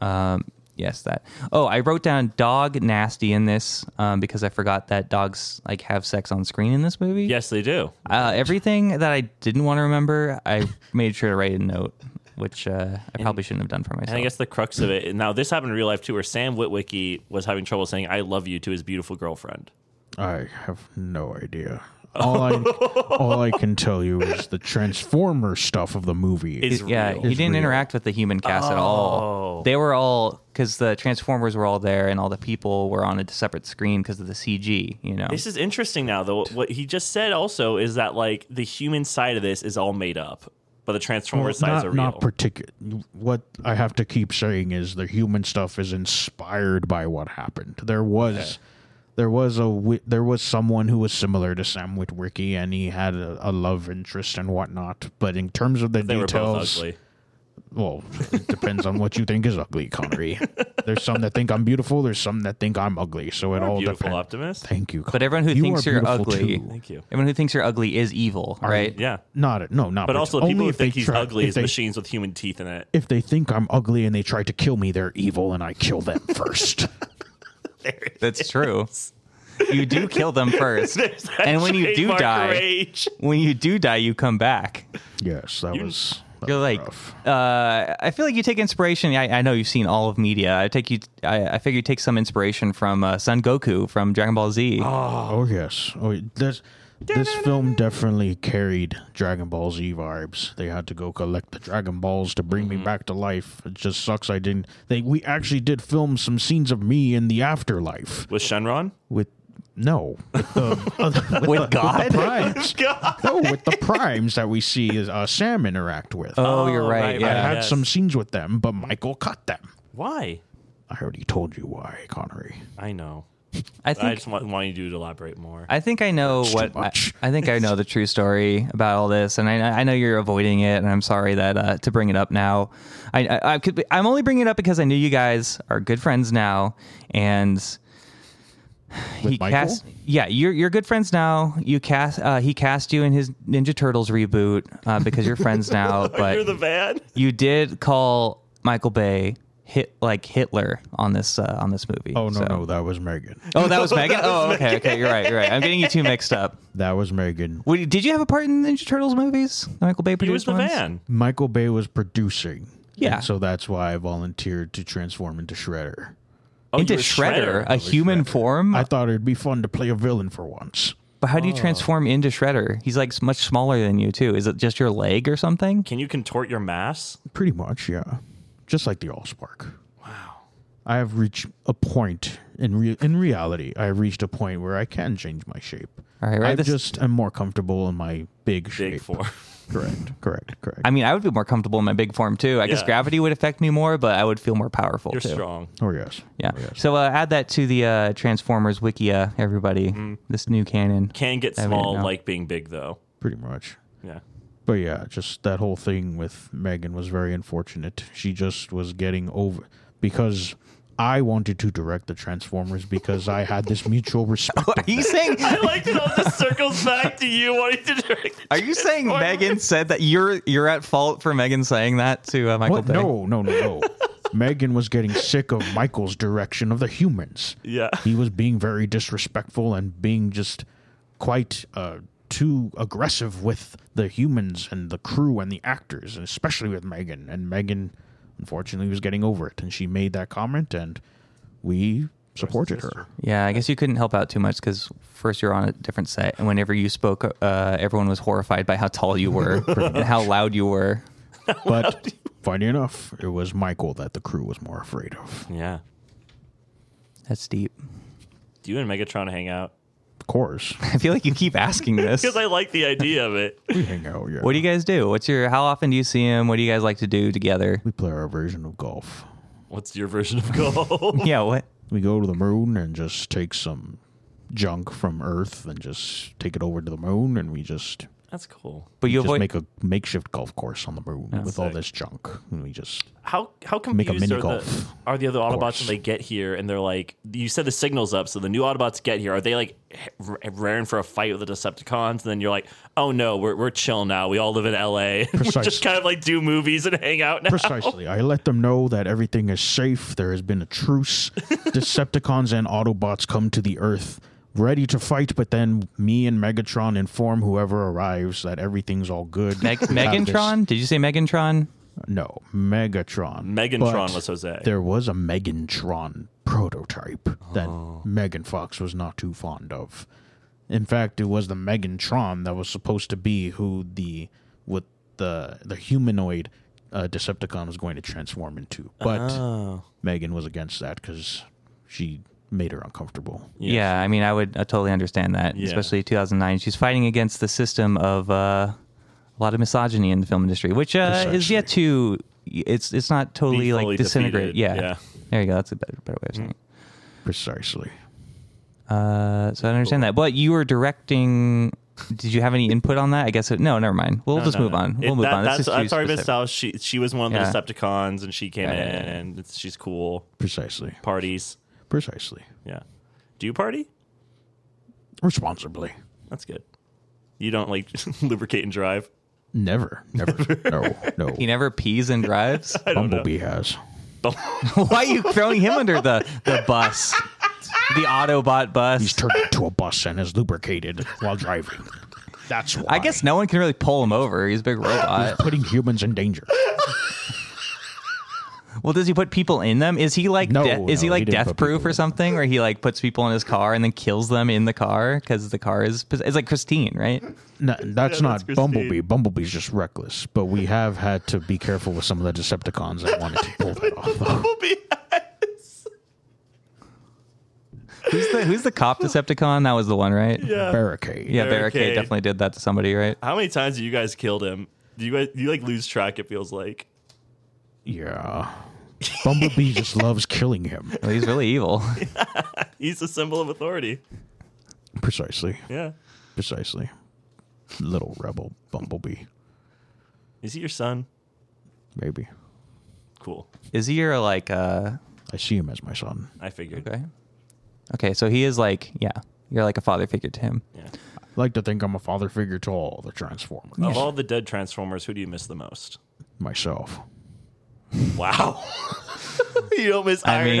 A: Um, yes, that. Oh, I wrote down dog nasty in this um, because I forgot that dogs like have sex on screen in this movie.
B: Yes, they do.
A: Uh, everything that I didn't want to remember, I made sure to write a note, which uh, I probably shouldn't have done for myself.
B: And I guess the crux of it. Now, this happened in real life too, where Sam Witwicky was having trouble saying "I love you" to his beautiful girlfriend.
C: I have no idea. All I all I can tell you is the Transformer stuff of the movie.
B: Is-
A: yeah,
B: real.
A: he
C: It's
A: didn't
C: real.
A: interact with the human cast at all.
B: Oh.
A: They were all because the Transformers were all there, and all the people were on a separate screen because of the CG. You know,
B: This is interesting now, though. What he just said also is that like the human side of this is all made up, but the Transformer
C: Well,
B: sides
C: not,
B: are real.
C: not particular. What I have to keep saying is the human stuff is inspired by what happened. There was, there was a wi- there was someone who was similar to Sam Witwicky, and he had a, a love interest and whatnot. But in terms of the
B: they were both
C: details,
B: ugly.
C: well, it depends on what you think is
B: [laughs]
C: ugly, Connery. There's some that think I'm beautiful. There's some that think I'm ugly. So it all
B: Beautiful
C: depends.
B: optimist.
C: Thank you. Connery.
A: but everyone who
C: You
A: thinks
C: are
A: you're
C: beautiful
A: ugly,
C: too.
B: Thank you.
A: everyone who thinks you're ugly is evil, right?
B: [laughs] Yeah,
C: Not no, not.
B: but also the
C: only
B: people who
C: if they
B: think he's
C: try-
B: ugly
C: if
B: is
C: they-
B: machines with human teeth in it. [laughs]
C: if they think I'm ugly and they try to kill me, they're evil and I
A: [laughs]
C: kill them first.
A: That's true. You do kill
B: [laughs]
A: them first, and when you do
B: Trademark
A: die,
B: rage.
A: when you do die, you come back.
C: yes, that was. that
A: You're
C: was
A: like,
C: rough.
A: uh, I feel like you take inspiration. I, I know you've seen all of media. I take you. I, I figure you take some inspiration from uh, Son Goku from Dragon Ball Z.
C: oh yes, oh this this film definitely carried Dragon Ball Z vibes. They had to go collect the Dragon Balls to bring
A: Mm-hmm.
C: me back to life. It just sucks I didn't. They we actually did film some scenes of me in the afterlife
B: with Shenron.
C: with no with
A: [laughs]
C: the, with
A: With God?
C: [laughs] the primes. No, with the primes that we see is, uh, Sam interact with.
A: Oh, you're
B: Oh,
A: right.
B: right,
A: yeah.
C: I had
B: yes.
C: some scenes with them, but Michael cut them.
B: Why?
C: I already told you why, Connery.
B: I know.
A: I
B: I
A: think
B: just want, want you to elaborate more.
A: I think I know
C: too
A: what I,
C: much.
A: I think I know the true story about all this, and I, I know you're avoiding it, and I'm sorry that uh, to bring it up now. I, I, I could be, I'm only bringing it up because I know you guys are good friends now, and
C: [sighs]
A: he
C: Michael?
A: cast yeah you're you're good friends now. You cast uh, he cast you in his Ninja Turtles reboot uh, because you're
C: [laughs]
A: friends now, but
B: You're the bad.
A: you did call Michael Bay hit like Hitler on this uh, on this movie.
C: Oh no,
A: so-
C: no, that was Megan.
A: Oh, that
C: [laughs]
A: was Megan. Oh, okay, okay. You're right. You're right. I'm getting you two mixed up.
C: That was Megan.
A: Wait, did you have a part in the Ninja Turtles movies? The Michael Bay
B: He was
A: produced
B: the
A: ones?
B: van.
C: Michael Bay was producing.
A: Yeah.
C: and so that's why I volunteered to transform into Shredder.
B: Oh, you
A: Into
B: were
A: Shredder, a human form.
C: I thought it'd be fun to play a villain for once.
A: but how do you transform into Shredder? He's like much smaller than you too. Is it just your leg or something?
B: Can you contort your mass?
C: Pretty much, yeah. Just like the Allspark. Wow. I have reached a point in re- in reality. I have reached a point where I can change my shape.
A: All right, right,
C: I
A: this-
C: just am more comfortable in my big,
B: Big
C: shape.
B: form.
C: [laughs] Correct. Correct. Correct.
A: I mean, I would be more comfortable in my big form too. I guess
B: Yeah.
A: gravity would affect me more, but I would feel more powerful
B: [laughs] You're
A: too.
B: strong.
C: oh yes.
A: Yeah.
C: Oh, yes.
A: So uh, add that to the uh, Transformers Wikia, everybody.
B: Mm-hmm.
A: This new canon.
B: Can get
A: I didn't
B: small
A: know.
B: like being big though.
C: Pretty much.
B: Yeah.
C: But yeah, just that whole thing with Megan was very unfortunate. She just was getting over because I wanted to direct the Transformers because I had
A: [laughs]
C: this mutual respect.
A: Are you saying?
B: [laughs] I like that all this circles back to you wanting to direct.
A: Are you
B: [laughs]
A: saying Megan said that you're you're at fault for Megan saying that to uh, Michael
C: What?
A: Bay?
C: No, no, no,
A: [laughs]
C: no. Megan was getting sick of Michael's direction of the humans.
B: Yeah.
C: He was being very disrespectful and being just quite uh, too aggressive with the humans and the crew and the actors, and especially with Megan. And Megan, unfortunately, was getting over it, and she made that comment, and we supported her.
A: [laughs] Yeah, I guess you couldn't help out too much because first you're on a different set, and whenever you spoke, uh, everyone was horrified by how tall you were
B: [laughs]
A: and how loud you were.
C: But funny enough, it was Michael that the crew was more afraid of.
B: Yeah.
A: That's deep. [laughs]
B: Do you and Megatron hang out?
A: [laughs]
C: Of course,
A: I feel like you keep asking
B: [laughs]
A: this.
B: Because [laughs] I like the idea of it.
C: we hang out. Yeah,
A: What do you guys do? What's your? How often do you see him? What do you guys like to do
B: [laughs]
A: together? [laughs]
C: we play our version of golf.
B: What's your version of [laughs] goal?
A: Yeah. What?
C: We go to the moon and just take some junk from Earth and just take it over to the moon, and we just
B: That's cool.
A: But you
C: just
A: avoid.
C: make a makeshift golf course on the moon with all
B: sick.
C: this junk. And we just
B: How how
C: Make a
B: confused
C: mini
B: are, the,
C: golf
B: are the other Autobots
C: course.
B: when they get here and they're like, you said the signal's up, so the new Autobots get here. Are they like r- raring for a fight with the Decepticons? And then you're like, oh no, we're, we're chill now. We all live in LA. [laughs] we just
C: Precisely.
B: kind of like do movies and hang out now.
C: precisely. I let them know that everything is safe. There has been a truce. Decepticons and Autobots come to the Earth ready to fight, but then me and Megatron inform whoever arrives that everything's all
B: [laughs]
C: good.
A: Meg-
C: We have this-
A: Megantron? Did you say Megantron?
C: No, Megatron.
B: Megantron
C: But
B: was Jose.
C: There was a Megantron prototype that Megan Fox was not too fond of. In fact, it was the Megatron that was supposed to be who the what the the humanoid uh, Decepticon was going to transform into. But
B: Oh.
C: Megan was against that because she made her uncomfortable.
B: Yes.
A: Yeah, I mean, I would I totally understand that,
B: Yeah.
A: especially 2009. She's fighting against the system of uh, a lot of misogyny in the film industry, which uh, is yet to. It's it's not totally
B: Be
A: like
B: fully
A: disintegrate.
B: defeated,
A: Yeah.
B: yeah.
A: there you go. That's a better, better way of saying. it.
C: Precisely.
B: Mm-hmm.
A: Uh, so I understand that, but you were directing. Did you have any input on that? I guess it, no. Never mind. We'll just
B: No,
A: move
B: no.
A: on. We'll
B: It-
A: move
B: that-
A: on.
B: That's,
A: This is too
B: that's already been
A: specific.
B: established. She she was one of
A: Yeah.
B: the Decepticons, and she came
A: Yeah,
B: in,
A: yeah, yeah.
B: and it's, she's cool.
C: Precisely.
B: Parties,
C: Precisely.
B: yeah. Do you party?
C: Responsibly.
B: That's good. You don't like [laughs] lubricate and drive. [laughs]
C: Never. Never. no. No.
A: He never pees and
B: [laughs]
A: drives.
C: Bumblebee has.
A: Why are you throwing him under the the
B: [laughs]
A: bus? The Autobot bus.
C: He's turned into a bus and is lubricated while driving. That's why.
A: I guess no one can really pull him over. He's a big robot.
C: [laughs] putting humans
B: [laughs]
C: in danger.
A: Well, does he put people in them? Is he like
C: No,
A: de- is he
C: no, he
A: like
C: didn't
A: death
C: put
A: proof
C: people
A: or
C: in.
A: something, where he like puts people in his car and then kills them in the car because the car is pos- it's like Christine, right?
C: No, that's
B: Yeah,
C: not
B: that's Christine.
C: Bumblebee. Bumblebee's just reckless. But we have had to be careful with some of the Decepticons that wanted to pull that off.
B: [laughs]
C: though.
B: Bumblebee.
A: Who's the who's the cop Decepticon? That was the one, right? Yeah,
C: Barricade.
A: yeah.
B: Barricade.
A: Barricade definitely did that to somebody, right?
B: How many times have you guys killed him? Do you guys you like lose track? It feels like.
C: Yeah. Bumblebee just loves killing him.
A: Well, he's really
B: [laughs]
A: evil.
B: He's a symbol of authority.
C: Precisely.
B: Yeah.
C: Precisely. Little rebel Bumblebee.
B: Is he your son?
C: Maybe.
B: Cool.
A: is he your like uh
C: I see him as my son.
B: I figured.
A: okay? Okay, so he is like yeah, you're like a father figure to him.
B: Yeah.
C: I like to think I'm a father figure to all the Transformers.
B: Of all the dead Transformers, who do you miss the most?
C: Myself.
B: Wow. [laughs] you don't miss
A: I mean-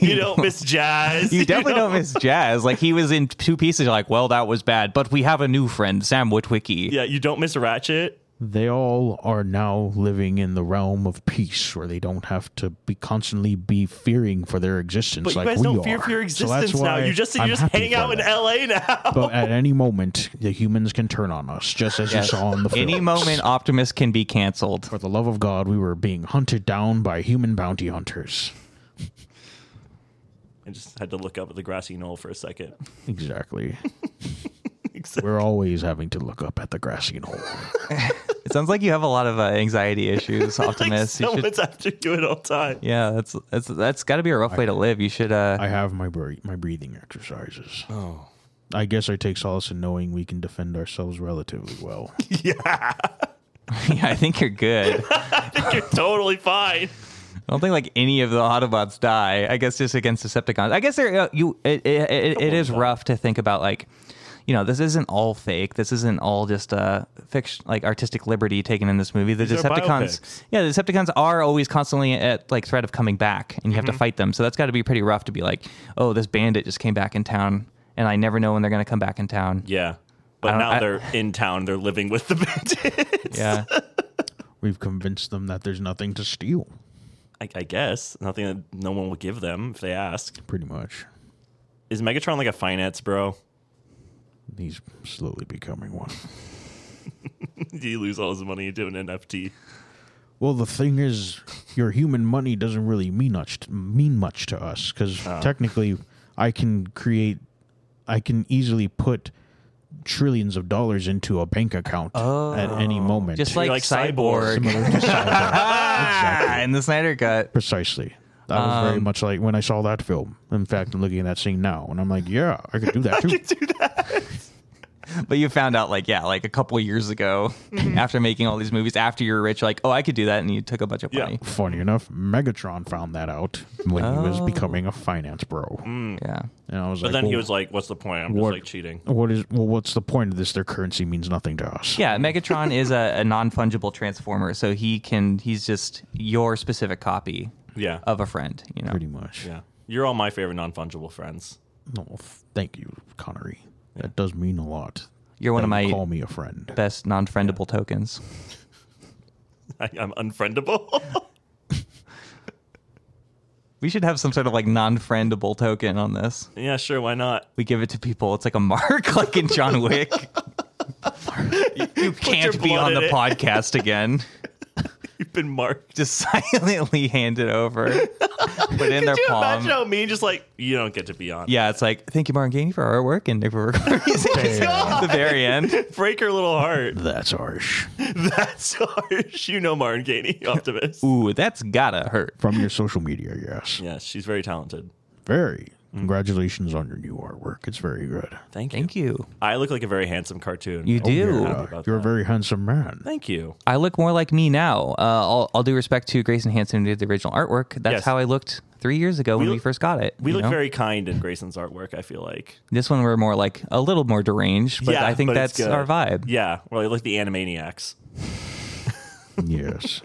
A: [laughs]
B: you don't miss Jazz.
A: You definitely
B: know?
A: don't miss Jazz. Like he was in two pieces. You're like, well, that was bad, but we have a new friend, Sam Witwicky.
B: [laughs] Yeah, you don't miss Ratchet.
C: They all are now living in the realm of peace where they don't have to be constantly be fearing for their existence
B: But
C: like
B: you guys
C: we
B: don't
C: are.
B: fear for your
C: So
B: existence
C: that's
B: now.
C: why
B: You just you
C: I'm
B: just
C: happy
B: hang
C: for
B: out in Oh.
C: that.
B: LA now.
C: But at any moment, the humans can turn on us, just as you saw in the films.
A: Any moment, Optimus can be canceled.
C: For the love of God, we were being hunted down by human bounty hunters.
B: [laughs] I just had to look up at the grassy knoll for a second. [laughs]
C: Exactly. We're always having to look up at the grassy knoll.
A: It sounds like you have a lot of uh, anxiety
B: [laughs]
A: issues,
B: Like
A: Optimus. You should-
B: someone's after you at
A: [laughs]
B: all time.
A: yeah, that's that's that's got to be a rough way to live. You should. Uh,
C: I have my breath- my breathing exercises. Oh. I guess I take solace in knowing we can defend ourselves relatively well.
A: [laughs]
B: [laughs]
A: yeah, I think you're good. I
B: You're totally fine.
A: don't think like any of the Autobots die. I guess just against Decepticons. I guess there uh, you. It, it, it, it is rough to think about like. You know, this isn't all fake. This isn't all just uh, fiction, like artistic liberty taken in this movie. The
B: These are
A: Decepticons,
B: biopics.
A: yeah, the Decepticons are always constantly at like threat of coming back, and you have
B: Mm-hmm.
A: to fight them. So that's got to be pretty rough to be like, oh, this bandit just came back in town, and I never know when they're going to come back in town.
B: Yeah.
A: I
B: But
A: don't-
B: now
A: I-
B: they're in town. They're living with the [laughs] bandits.
A: Yeah.
B: [laughs]
C: We've convinced them that there's nothing to steal,
B: I, I guess. Nothing that no one will give them if they ask.
C: pretty much.
B: Is Megatron like a finance bro? [laughs]
C: He's slowly becoming one.
B: Do you lose all his money doing NFT?
C: Well, the thing is, your human money doesn't really mean much to, mean much to us because technically, I can create, I can easily put trillions of dollars into a bank account at any moment.
A: just like,
B: like
A: cyborg, Ah,
B: Cyborg.
C: Similar
A: [laughs]
C: to Cyborg.
A: in the Snyder Cut.
C: Precisely. That was very much like when I saw that film. In fact, I'm looking at that scene now, and I'm like, yeah, I could do that too.
A: But you found out, like, yeah, like a couple of years ago, after making all these movies, after you were rich, like, oh, I could do that, and you took a bunch of
B: Yeah.
A: money.
C: Funny enough, Megatron found that out when he was becoming a finance bro, and
A: Yeah.
C: I was
B: Oh. Mm. But
C: like,
B: then he
C: well,
B: was like, what's the point? I'm just
C: what-
B: like cheating.
C: what is well, what's the point of this? Their currency means nothing to us.
A: Yeah, Megatron is a, a non fungible transformer, so he can he's just your specific copy
B: Yeah.
A: of a friend, you know.
C: pretty much.
B: yeah. You're all my favorite non fungible friends. [laughs]
C: No, well, f- thank you, Connery. That does mean a lot.
A: You're one of
C: That you
A: my
C: call me a friend.
A: best non friendable tokens.
B: [laughs] I, I'm unfriendable.
A: We should have some sort of like non-friendable token on this.
B: Yeah, sure, why not?
A: We give it to people. It's like a mark, [laughs] like in John
B: [laughs]
A: Wick. you, you can't be
B: blood
A: on
B: in
A: the
B: it.
A: podcast
B: [laughs]
A: again.
B: You've been marked.
A: Just [laughs] silently hand it
B: [laughs]
A: over. Put in their
B: Could you
A: palm.
B: imagine how mean? Just like you don't get to be on.
A: Yeah, it's like thank you, Martin Gainey, for our work and for [laughs] at the very end.
B: Break her little heart. [laughs]
C: That's harsh.
B: That's harsh. You know Martin [laughs] Gainey, optimist.
A: Ooh, that's gotta hurt.
C: From your social media, yes.
B: Yes, she's very talented.
C: Very.
B: Mm.
C: Congratulations on your new artwork. It's very good.
B: Thank you.
A: Thank you.
B: I look like a very handsome cartoon. Oh,
A: You do.
C: You're, uh,
B: about
C: you're a
B: that.
C: very handsome man.
B: [laughs] Thank you.
A: I look more like me now. Uh, all, all due respect to Grayson Hanson, who did the original artwork. That's
B: Yes.
A: how I looked three years ago when
B: look-
A: we first got it.
B: We
A: you
B: look
A: know?
B: very kind in Grayson's artwork. I feel like,
A: This one we're more like a little more deranged, but
B: Yeah,
A: I think
B: but it's
A: that's
B: good.
A: our vibe.
B: yeah, well, I look the Animaniacs. [laughs]
C: Yes.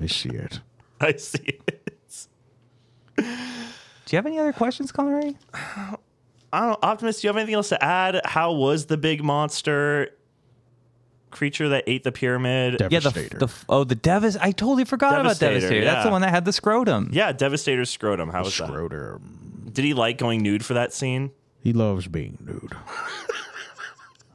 C: I see it.
B: I see it.
A: Do you have any other questions, Connery?
B: I don't. Optimus, do you have anything else to add? How was the big monster creature that ate the pyramid?
A: Yeah, the,
C: Devastator.
A: the oh the Devis. I totally forgot
B: Devastator,
A: about Devastator. That's the
B: yeah.
A: one that had the scrotum.
B: yeah, Devastator's scrotum. How was
C: Schroeder.
B: that? Did he like going nude for that scene?
C: He loves being nude.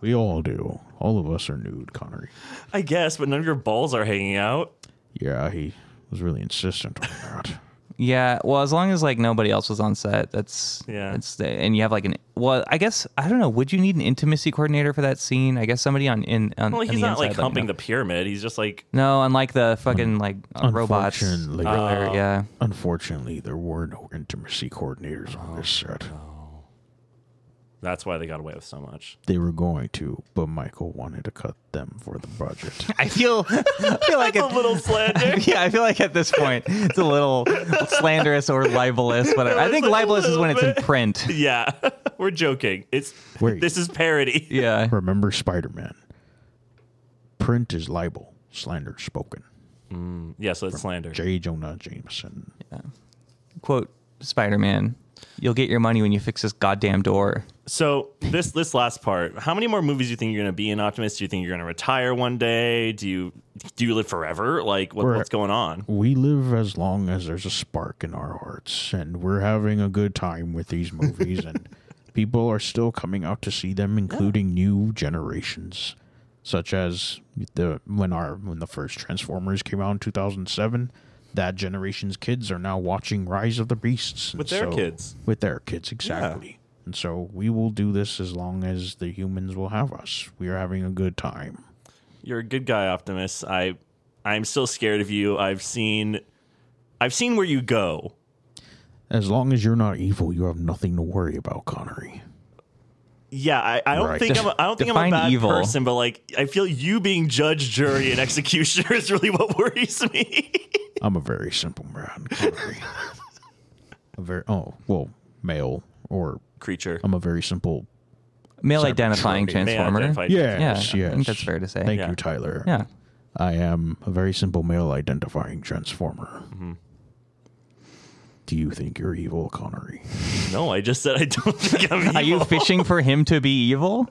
C: we all do. All of us are nude, Connery.
B: I guess, but none of your balls are hanging out.
C: Yeah, he was really insistent on that.
A: Yeah, well, as long as like nobody else was on set, that's
B: Yeah.
A: It's and you have like an well, I guess I don't know. Would you need an intimacy coordinator for that scene? I guess somebody on in on.
B: Well,
A: on
B: he's
A: the
B: not
A: inside,
B: like
A: let me
B: humping
A: know.
B: the pyramid. He's just like
A: No, unlike the fucking like uh, robots. Uh,
C: Unfortunately.
A: earlier,
B: Oh.
A: yeah,
C: Unfortunately, there were no intimacy coordinators on this set.
B: that's why they got away with so much.
C: They were going to, but Michael wanted to cut them for the budget. [laughs]
A: I feel [laughs] I feel like
B: A
A: at,
B: little slander. [laughs]
A: yeah, I feel like at [laughs] this point it's a little slanderous or libelous. Whatever. I
B: It's
A: think
B: like a
A: libelous is when it's
B: little
A: in
B: bit.
A: print.
B: yeah, [laughs] we're joking. It's
C: Wait.
B: this is parody. [laughs]
A: Yeah,
C: Remember Spider Man. Print is libel, slander spoken.
B: Yeah, so it's slander.
C: J. Jonah Jameson.
A: quote Spider Man. You'll get your money when you fix this goddamn door.
B: So this this last part, how many more movies do you think you're going to be an optimist? Do you think you're going to retire one day? Do you do you live forever? Like what,
C: We're-
B: what's going on?
C: We live as long as there's a spark in our hearts, and we're having a good time with these
B: [laughs]
C: movies, and people are still coming out to see them, including new generations, such as the when our when the first Transformers came out in 2007. That generation's kids are now watching Rise of the Beasts and
B: With their kids.
C: With their kids, exactly. And so we will do this as long as the humans will have us. We are having a good time.
B: You're a good guy, Optimus. I I'm still scared of you. I've seen I've seen where you go.
C: As long as you're not evil, you have nothing to worry about, Connery.
B: Yeah, I, I don't
C: Right.
B: think I'm a, I don't think I'm a
A: Define
B: bad
A: evil.
B: person, but like I feel you being judge, jury, and executioner [laughs] is really what worries me.
C: I'm a very simple man. Connery. a very oh well, male or
B: Creature.
C: I'm a very simple.
A: Male
C: Cyber-
A: identifying
C: May I
A: transformer.
B: identify-
C: Yes,
A: Yeah, I
C: yes.
A: think that's fair to say.
C: Thank
B: Yeah.
C: you, Tyler.
A: Yeah.
C: I am a very simple male identifying transformer.
B: Mm-hmm.
C: Do you think you're evil, Connery?
B: No, I just said I don't think I'm evil.
A: Are you fishing for him to be evil?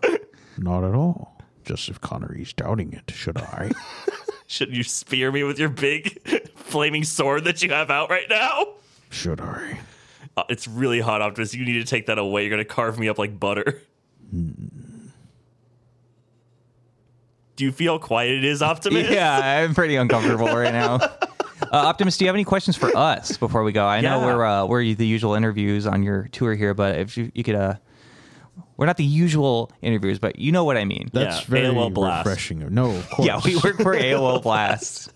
C: Not at all. Just if Connery's doubting it,
B: [laughs]
C: should I?
B: Should you spear me with your big [laughs] flaming sword that you have out right now?
C: should I?
B: Uh, it's really hot, Optimus. You need to take that away. You're going to carve me up like butter. [laughs] Do you feel how quiet it is, [laughs] Optimus?
A: [laughs] yeah, I'm pretty uncomfortable right now. [laughs] Uh, Optimus, do you have any questions for us before we go? I know
B: Yeah.
A: we're uh, we're the usual interviews on your tour here, but if you, you could, uh, we're not the usual interviews, but you know what I mean.
C: That's
B: Yeah,
C: very
B: AOL blast.
C: refreshing. No,
B: [laughs]
C: of course.
A: yeah, we work for AOL [laughs] Blast.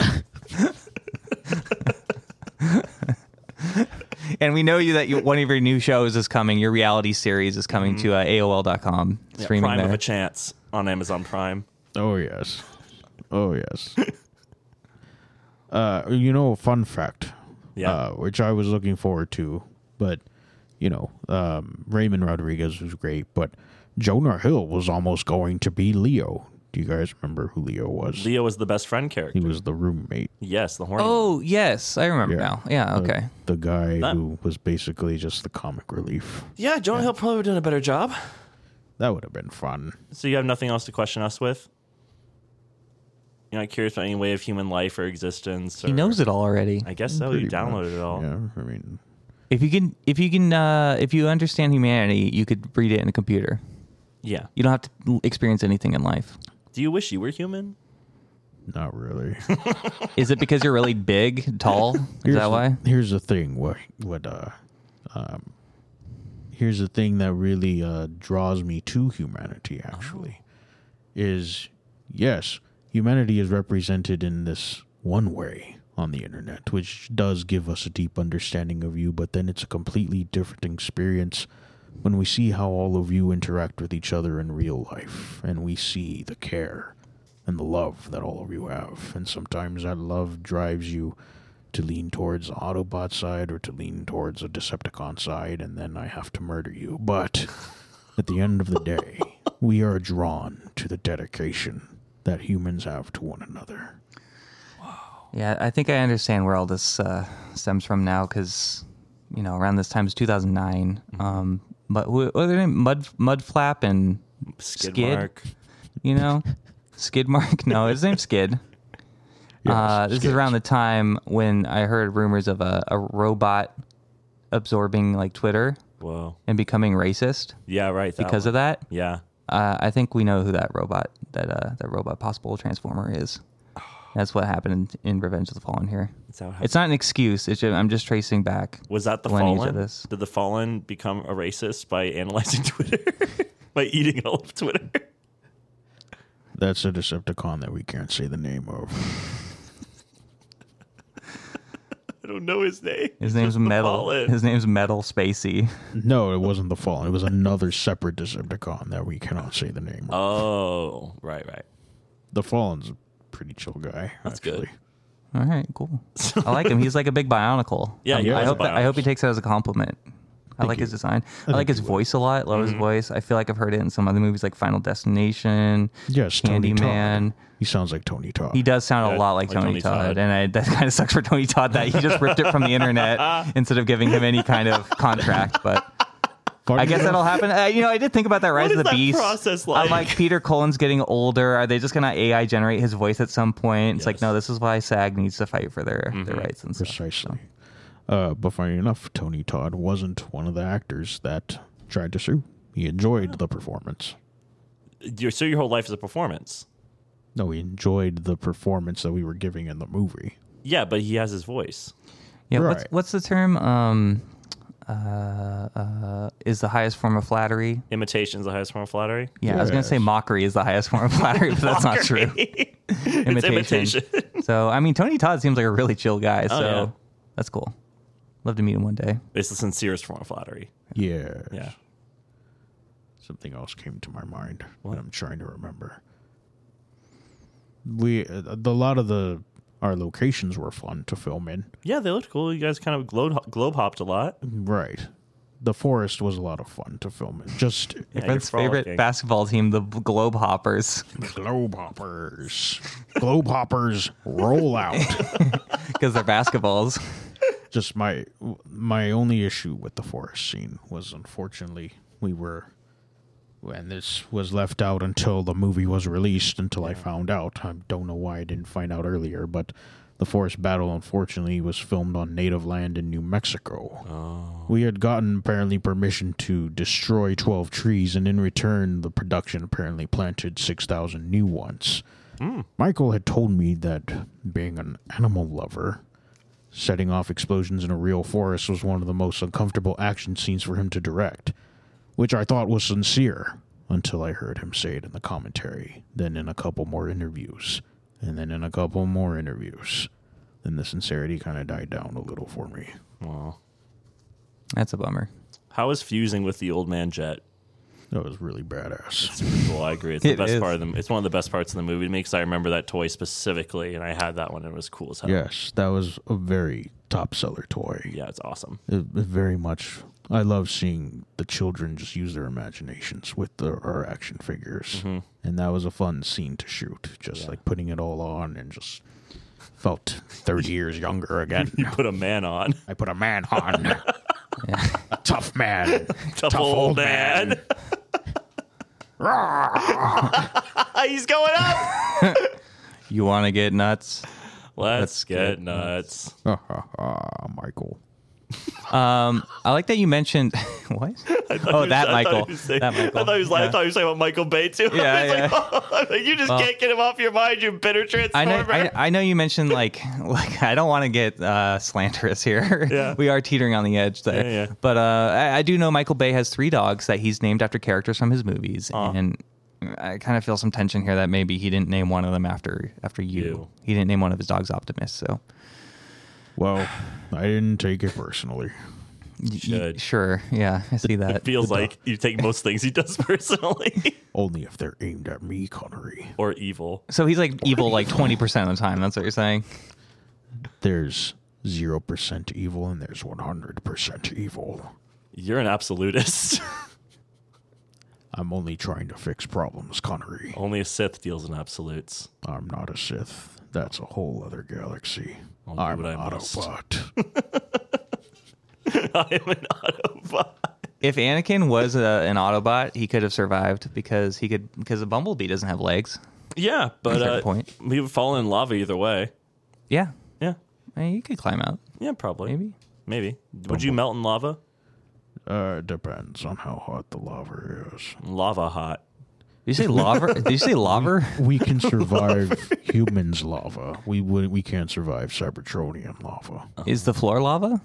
A: and we know you that you, one of your new shows is coming. Your reality series is coming to uh, AOL.com
B: Yeah,
A: streaming
B: Prime
A: there.
B: of a chance on Amazon Prime.
C: Oh yes.
B: [laughs]
C: Oh yes. uh you know, fun fact.
B: Yeah.
C: Uh, which I was looking forward to, but you know, um Raymond Rodriguez was great, but Jonah Hill was almost going to be Leo. Do you guys remember who Leo was?
B: Leo is the best friend
C: He
B: character.
C: was the roommate.
B: Yes, the horny. one.
A: Oh yes, I remember
C: Yeah.
A: now. Yeah, okay.
C: The guy
B: That-
C: who was basically just the comic relief.
B: Yeah, Jonah Hill probably would have done a better job.
C: That would have been fun.
B: So you have nothing else to question us with? You're not curious about any way of human life or existence? Or...
A: He knows it all already.
B: I guess so. You
C: Pretty
B: downloaded
C: much,
B: it all.
C: Yeah, I mean
A: If you can, if you can, uh, if you understand humanity, you could read it in a computer.
B: Yeah.
A: You don't have to l- experience anything in life.
B: Do you wish you were human?
C: Not really.
A: Is it because you're really big, and tall? Is
C: Here's
A: that
C: the-
A: why?
C: Here's the thing. What what uh, um, here's the thing that really uh, draws me to humanity. Actually, is yes, humanity is represented in this one way on the internet, which does give us a deep understanding of you. But then it's a completely different experience when we see how all of you interact with each other in real life, and we see the care and the love that all of you have. And sometimes that love drives you to lean towards the Autobot side or to lean towards a Decepticon side, and then I have to murder you. But at the end of the day, we are drawn to the dedication that humans have to one another.
A: Yeah, I think I understand where all this uh, stems from now because, you know, around this time is 2009.
C: Mm-hmm.
A: Um, but who, what are their name? Mud, Mudflap and
B: Skid,
A: Skid?
B: mark.
A: you know, Skidmark. [laughs] No, his name's Skid. uh, this is around the time when I heard rumors of a, a robot absorbing like Twitter
B: Whoa.
A: and becoming racist
B: Yeah, right. that
A: because
B: one.
A: of that.
B: Yeah.
A: Uh, I think we know who that robot that uh, that robot possible transformer
B: [sighs]
A: is. That's what happened in, in Revenge of the Fallen here.
B: Is that what
A: It's not an excuse. It's ju- I'm just tracing back.
B: Was that the
A: lineage of
B: fallen?
A: this.
B: Did the fallen become a racist by analyzing [laughs] Twitter? by eating all of Twitter? [laughs]
C: That's a Decepticon that we can't say the name of.
B: I don't know his name.
A: His
B: [laughs]
A: name's Metal.
B: Fallen.
A: His name's Metal Spacey.
C: No, it wasn't the Fallen. It was another separate Decepticon that we cannot say the name of.
B: Oh, right, right.
C: The Fallen's a pretty chill guy.
B: That's good.
C: actually.
A: All right, cool. [laughs] I like him. He's like a big bionicle. Um,
B: Yeah, he
A: I
B: was a
A: hope that, I hope he
B: bionicle.
A: takes that as a compliment. I like his design. I, like his voice a lot. Love
B: Mm-hmm.
A: his voice. I feel like I've heard it in some other movies, like Final Destination.
C: Yes, Tony
A: Candyman.
C: Todd. He sounds like Tony Todd.
A: He does sound a
B: Yeah,
A: lot like, Tony, Todd, and I, that kind of sucks for Tony Todd that he just ripped it
B: [laughs]
A: from the internet instead of giving him any kind of contract. But
C: Funny
A: I guess
B: [laughs]
C: enough-
A: that'll happen. Uh, you know, I did think about that Rise of
B: is
A: the
B: that
A: Beast.
B: process
A: I'm like
B: like?
A: Peter Cullen's getting older. Are they just gonna AI generate his voice at some point? It's like
B: Yes. Mm-hmm.
A: no, this is why SAG needs to fight for their their rights and stuff.
C: [laughs] Precisely. Uh, but funny enough, Tony Todd wasn't one of the actors that tried to sue. He enjoyed the performance.
B: Your- so your whole life is a performance.
C: No, he enjoyed the performance that we were giving in the movie.
B: Yeah, but he has his voice.
A: Yeah, what's
C: Right.
A: what's the term? Um, uh, uh, is the highest form of flattery?
B: Imitation's the highest form of flattery.
A: Yeah, I was gonna say
C: Yes.
A: mockery is the highest form of flattery, but that's not true.
B: [laughs] it's imitation. [laughs] Oh,
A: so I mean, Tony Todd seems like a really chill guy. So
B: yeah.
A: that's cool. Love to meet him one day.
B: It's the sincerest form of flattery.
C: Yeah.
B: Yeah.
C: Something else came to my mind that I'm trying to remember. We uh, the, a lot of the our locations were fun to film in.
B: Yeah, they looked cool. You guys kind of globe, globe hopped a lot.
C: Right. The forest was a lot of fun to film in. Just
B: Yeah, you're
A: Brent's favorite
B: frolicking.
A: basketball team, the B- Globehoppers,
C: Globehoppers. Globehoppers roll out.
A: because they're basketballs.
C: just my my only issue with the forest scene was unfortunately we were and this was left out until the movie was released until I found out. I don't know why I didn't find out earlier, but the forest battle unfortunately was filmed on native land in New Mexico. We had gotten apparently permission to destroy 12 trees and in return the production apparently planted 6,000 new ones. Michael had told me that being an animal lover, setting off explosions in a real forest was one of the most uncomfortable action scenes for him to direct, which I thought was sincere until I heard him say it in the commentary, then in a couple more interviews, and then in a couple more interviews. Then the sincerity kind of died down a little for me.
B: Wow.
A: That's a bummer.
B: How is fusing with the old man jet?
C: That was really badass.
B: Well, I agree. It's the
A: It
B: best
A: is.
B: part of the. It's one of the best parts of the movie. It makes I remember that toy specifically, and I had that one, and it was cool as hell.
C: Yes, that was a very top seller toy.
B: Yeah, it's awesome.
C: It, it very much. I love seeing the children just use their imaginations with the, our action figures,
B: Mm-hmm.
C: and that was a fun scene to shoot. Just like putting it all on and just felt
B: [laughs]
C: thirty years younger again.
B: You put a man on. [laughs]
C: I put a man on, a [laughs] tough man,
B: [laughs] Tough, old, man. [laughs] He's going up.
A: You want to get nuts?
B: Let's get nuts.
C: man. Oh, Michael.
A: Um, I like that you mentioned [laughs] what? Oh, that Michael.
B: I
A: that Michael.
B: thought he was, like, I
A: Yeah.
B: thought he was talking about Michael Bay too. [laughs]
A: Yeah,
B: I was like, you just can't get him off your mind, you bitter transformer.
A: I know,
B: [laughs]
A: I, I know you mentioned like [laughs] like I don't want to get uh, slanderous here.
B: [laughs] Yeah.
A: we are teetering on the edge there.
B: Yeah, yeah.
A: But uh, I, I do know Michael Bay has three dogs that he's named after characters from his movies,
B: Uh-huh.
A: and I kind of feel some tension here that maybe he didn't name one of them after after you.
B: You.
A: He didn't name one of his dogs Optimus. So
C: Well, I didn't take it personally.
A: Y- y-
B: Should.
A: sure, yeah, I see that.
B: Feels like you take most things he does
A: [laughs]
B: [laughs] personally
C: Only if they're aimed at me, Connery.
B: or evil.
A: so he's like evil like twenty percent of the time. That's what you're saying.
C: There's 0% evil and there's 100% evil.
B: You're an absolutist.
C: I'm only trying to fix problems, Connery.
B: Only a Sith deals in absolutes. [laughs]
C: I'm not a Sith. That's a whole other galaxy.
B: I'll do
C: I'm
B: what
C: an
B: I must.
C: Autobot.
B: I am an Autobot.
A: If Anakin was a, an Autobot, he could have survived because he could because a Bumblebee doesn't have legs.
B: Yeah, but
A: Fair
B: uh,
A: point.
B: he would fall in lava either way.
A: Yeah,
B: Yeah,
A: I mean, you could climb out.
B: yeah, probably.
A: Maybe.
B: Maybe. Would you melt in lava?
C: [laughs] uh, depends on how hot the lava is.
B: Lava hot.
A: Did you say [laughs] lava? Did you say lava?
C: We can
B: [laughs]
C: survive humans' lava. We would. We can't survive Cybertronian lava.
A: Is the floor lava?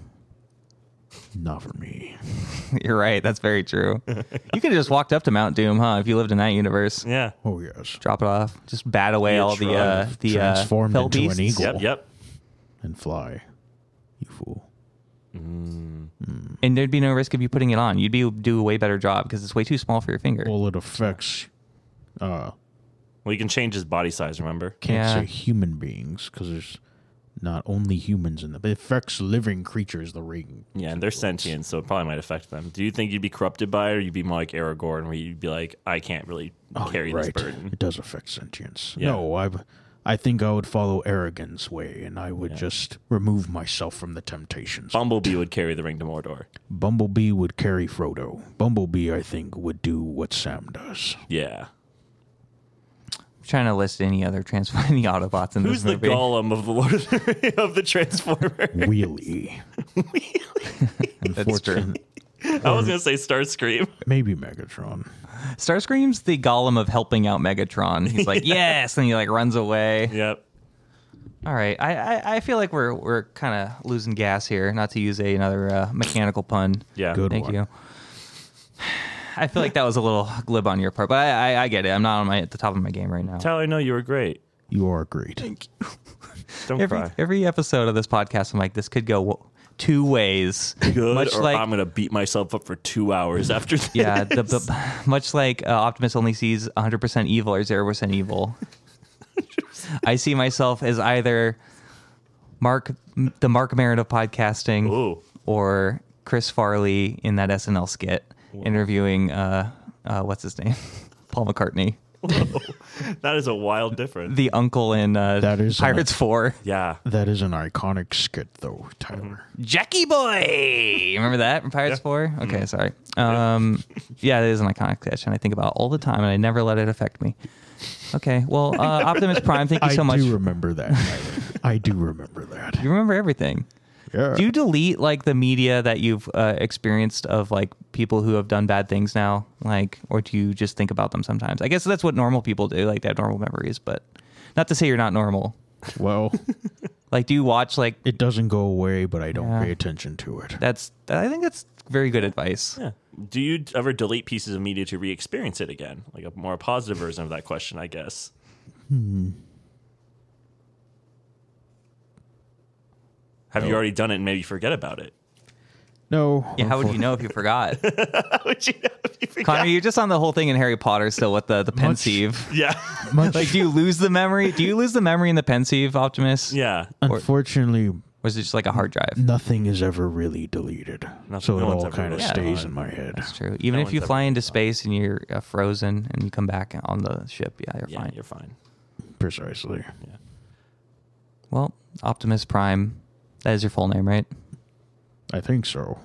C: Not for me.
A: [laughs] You're right. That's very true. You could have just walked up to Mount Doom, huh? If you lived in that universe,
B: Yeah.
C: Oh yes.
A: drop it off. Just bat away
B: Yeah,
A: all
B: shrug.
A: the uh, the uh,
C: Transformed
A: fell
C: into an
A: beasts.
C: eagle.
B: Yep. Yep.
C: And fly. You fool.
A: and there'd be no risk of you putting it on. You'd be do a way better job because it's way too small for your finger.
C: Well, it affects. Uh,
B: Well, you can change his body size. Remember?
C: can't
A: Yeah.
C: say human beings because there's not only humans in the. It affects living creatures. The ring.
B: Yeah, and they're sentient, so it probably might affect them. Do you think you'd be corrupted by it, or you'd be more like Aragorn, where you'd be like, I can't really
A: Oh,
B: carry
C: you're
B: this burden?
C: It does affect sentience.
B: Yeah.
C: No, I, I think I would follow arrogance way, and I would just remove myself from the temptations.
B: Bumblebee would carry the ring to Mordor.
C: Bumblebee would carry Frodo. Bumblebee, I think, would do what Sam
A: [laughs]
C: does.
B: Yeah.
A: I'm trying to list any other transform any [laughs] Autobots in
B: Who's
A: this
B: the
A: movie.
B: Gollum of the Lord of the, Ring- [laughs] of the Transformer?
C: Wheelie.
A: That's true.
C: Unfortunate-
B: I was gonna say Starscream.
C: Maybe Megatron.
A: Starscream's the Gollum of helping out Megatron. He's like, yes, and he like runs away.
B: Yep.
A: All right, I, I, I feel like we're we're kind of losing gas here. Not to use a, another uh, mechanical pun.
B: Yeah.
C: Good.
A: Thank
C: one.
A: you. I feel like that was a little glib on your part, but I, I, I get it. I'm not on my at the top of my game right now.
B: Tyler, no, you were great.
C: You are great.
B: Don't
A: Every
B: cry.
A: every episode of this podcast, I'm like, this could go w- two ways.
B: Good,
A: much
B: or
A: like
B: I'm gonna beat myself up for two hours [laughs] after this.
C: [laughs]
A: yeah, the, the, [sighs] much like uh, Optimus only sees 100% evil or 0%
C: [laughs]
A: evil. I see myself as either Mark, the Mark Marin of podcasting,
B: Ooh.
A: or Chris Farley in that SNL skit interviewing uh, uh, what's his name, [laughs] Paul McCartney,
B: That is a wild difference.
A: the uncle in uh,
C: That is an-
A: Pirates Four,
B: yeah.
C: That is an iconic skit, though, Tyler.
A: Mm-hmm. Jackie Boy. Remember that from Pirates Four? Okay,
C: Mm-hmm.
A: sorry. Um, yeah, it is an iconic sketch, and I think about it all the time, and I never let it affect me. Okay, well, uh,
C: [laughs]
A: Optimus Prime, thank you
C: I
A: so much.
C: do remember that. Tyler. I do remember that.
A: you remember everything.
C: Yeah.
A: Do you delete like the media that you've uh, experienced of like people who have done bad things now, like, or do you just think about them sometimes? I guess that's what normal people do. Like they have normal memories, but not to say you're not normal.
C: well,
A: Like, do you watch like
C: it doesn't go away, but I don't
A: Yeah.
C: pay attention to it.
A: that's? I think that's very good advice.
B: Yeah. Do you ever delete pieces of media to re-experience it again? Like a more positive version of that question, I guess.
A: Hmm.
B: Have you already done it and maybe forget about it?
C: No.
A: Yeah, how would you know if you forgot?
B: How [laughs] would you know if you forget?
A: [laughs] Connor, you're just on the whole thing in Harry Potter still with the the
B: [laughs]
C: Much-
A: pensieve.
B: Yeah.
C: Much,
A: Like, do you lose the memory? Do you lose the memory in the pensieve, Optimus?
B: yeah. Mm.
C: unfortunately,
A: Or is it just like a hard drive?
C: nothing is ever really deleted. so it
B: no one's
C: all
B: ever
C: kind of
B: really
C: stays
B: gone.
C: in my head.
A: That's true. Even
B: No
A: if you
B: one's
A: fly
B: ever
A: into space and you're uh, frozen and you come back on the ship, yeah, you're
B: Yeah,
A: fine.
B: you're fine.
C: Precisely.
A: Well, Optimus Prime, that is your full name, right?
C: I think so.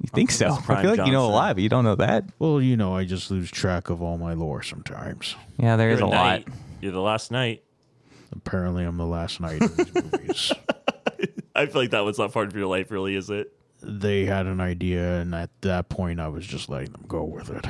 A: You think so?
B: Optimus
A: I
B: Prime
A: feel like you know a
B: Johnson.
A: lot, but you don't know that.
C: Well, you know, I just lose track of all my lore sometimes.
A: Yeah, there is
B: You're
A: a
B: a
A: lot.
B: knight. You're the last night. [laughs]
C: Apparently, I'm the last knight in these movies.
B: I feel like that was not part of your life, really, is it?
C: they had an idea, and at that point, I was just letting them go with it.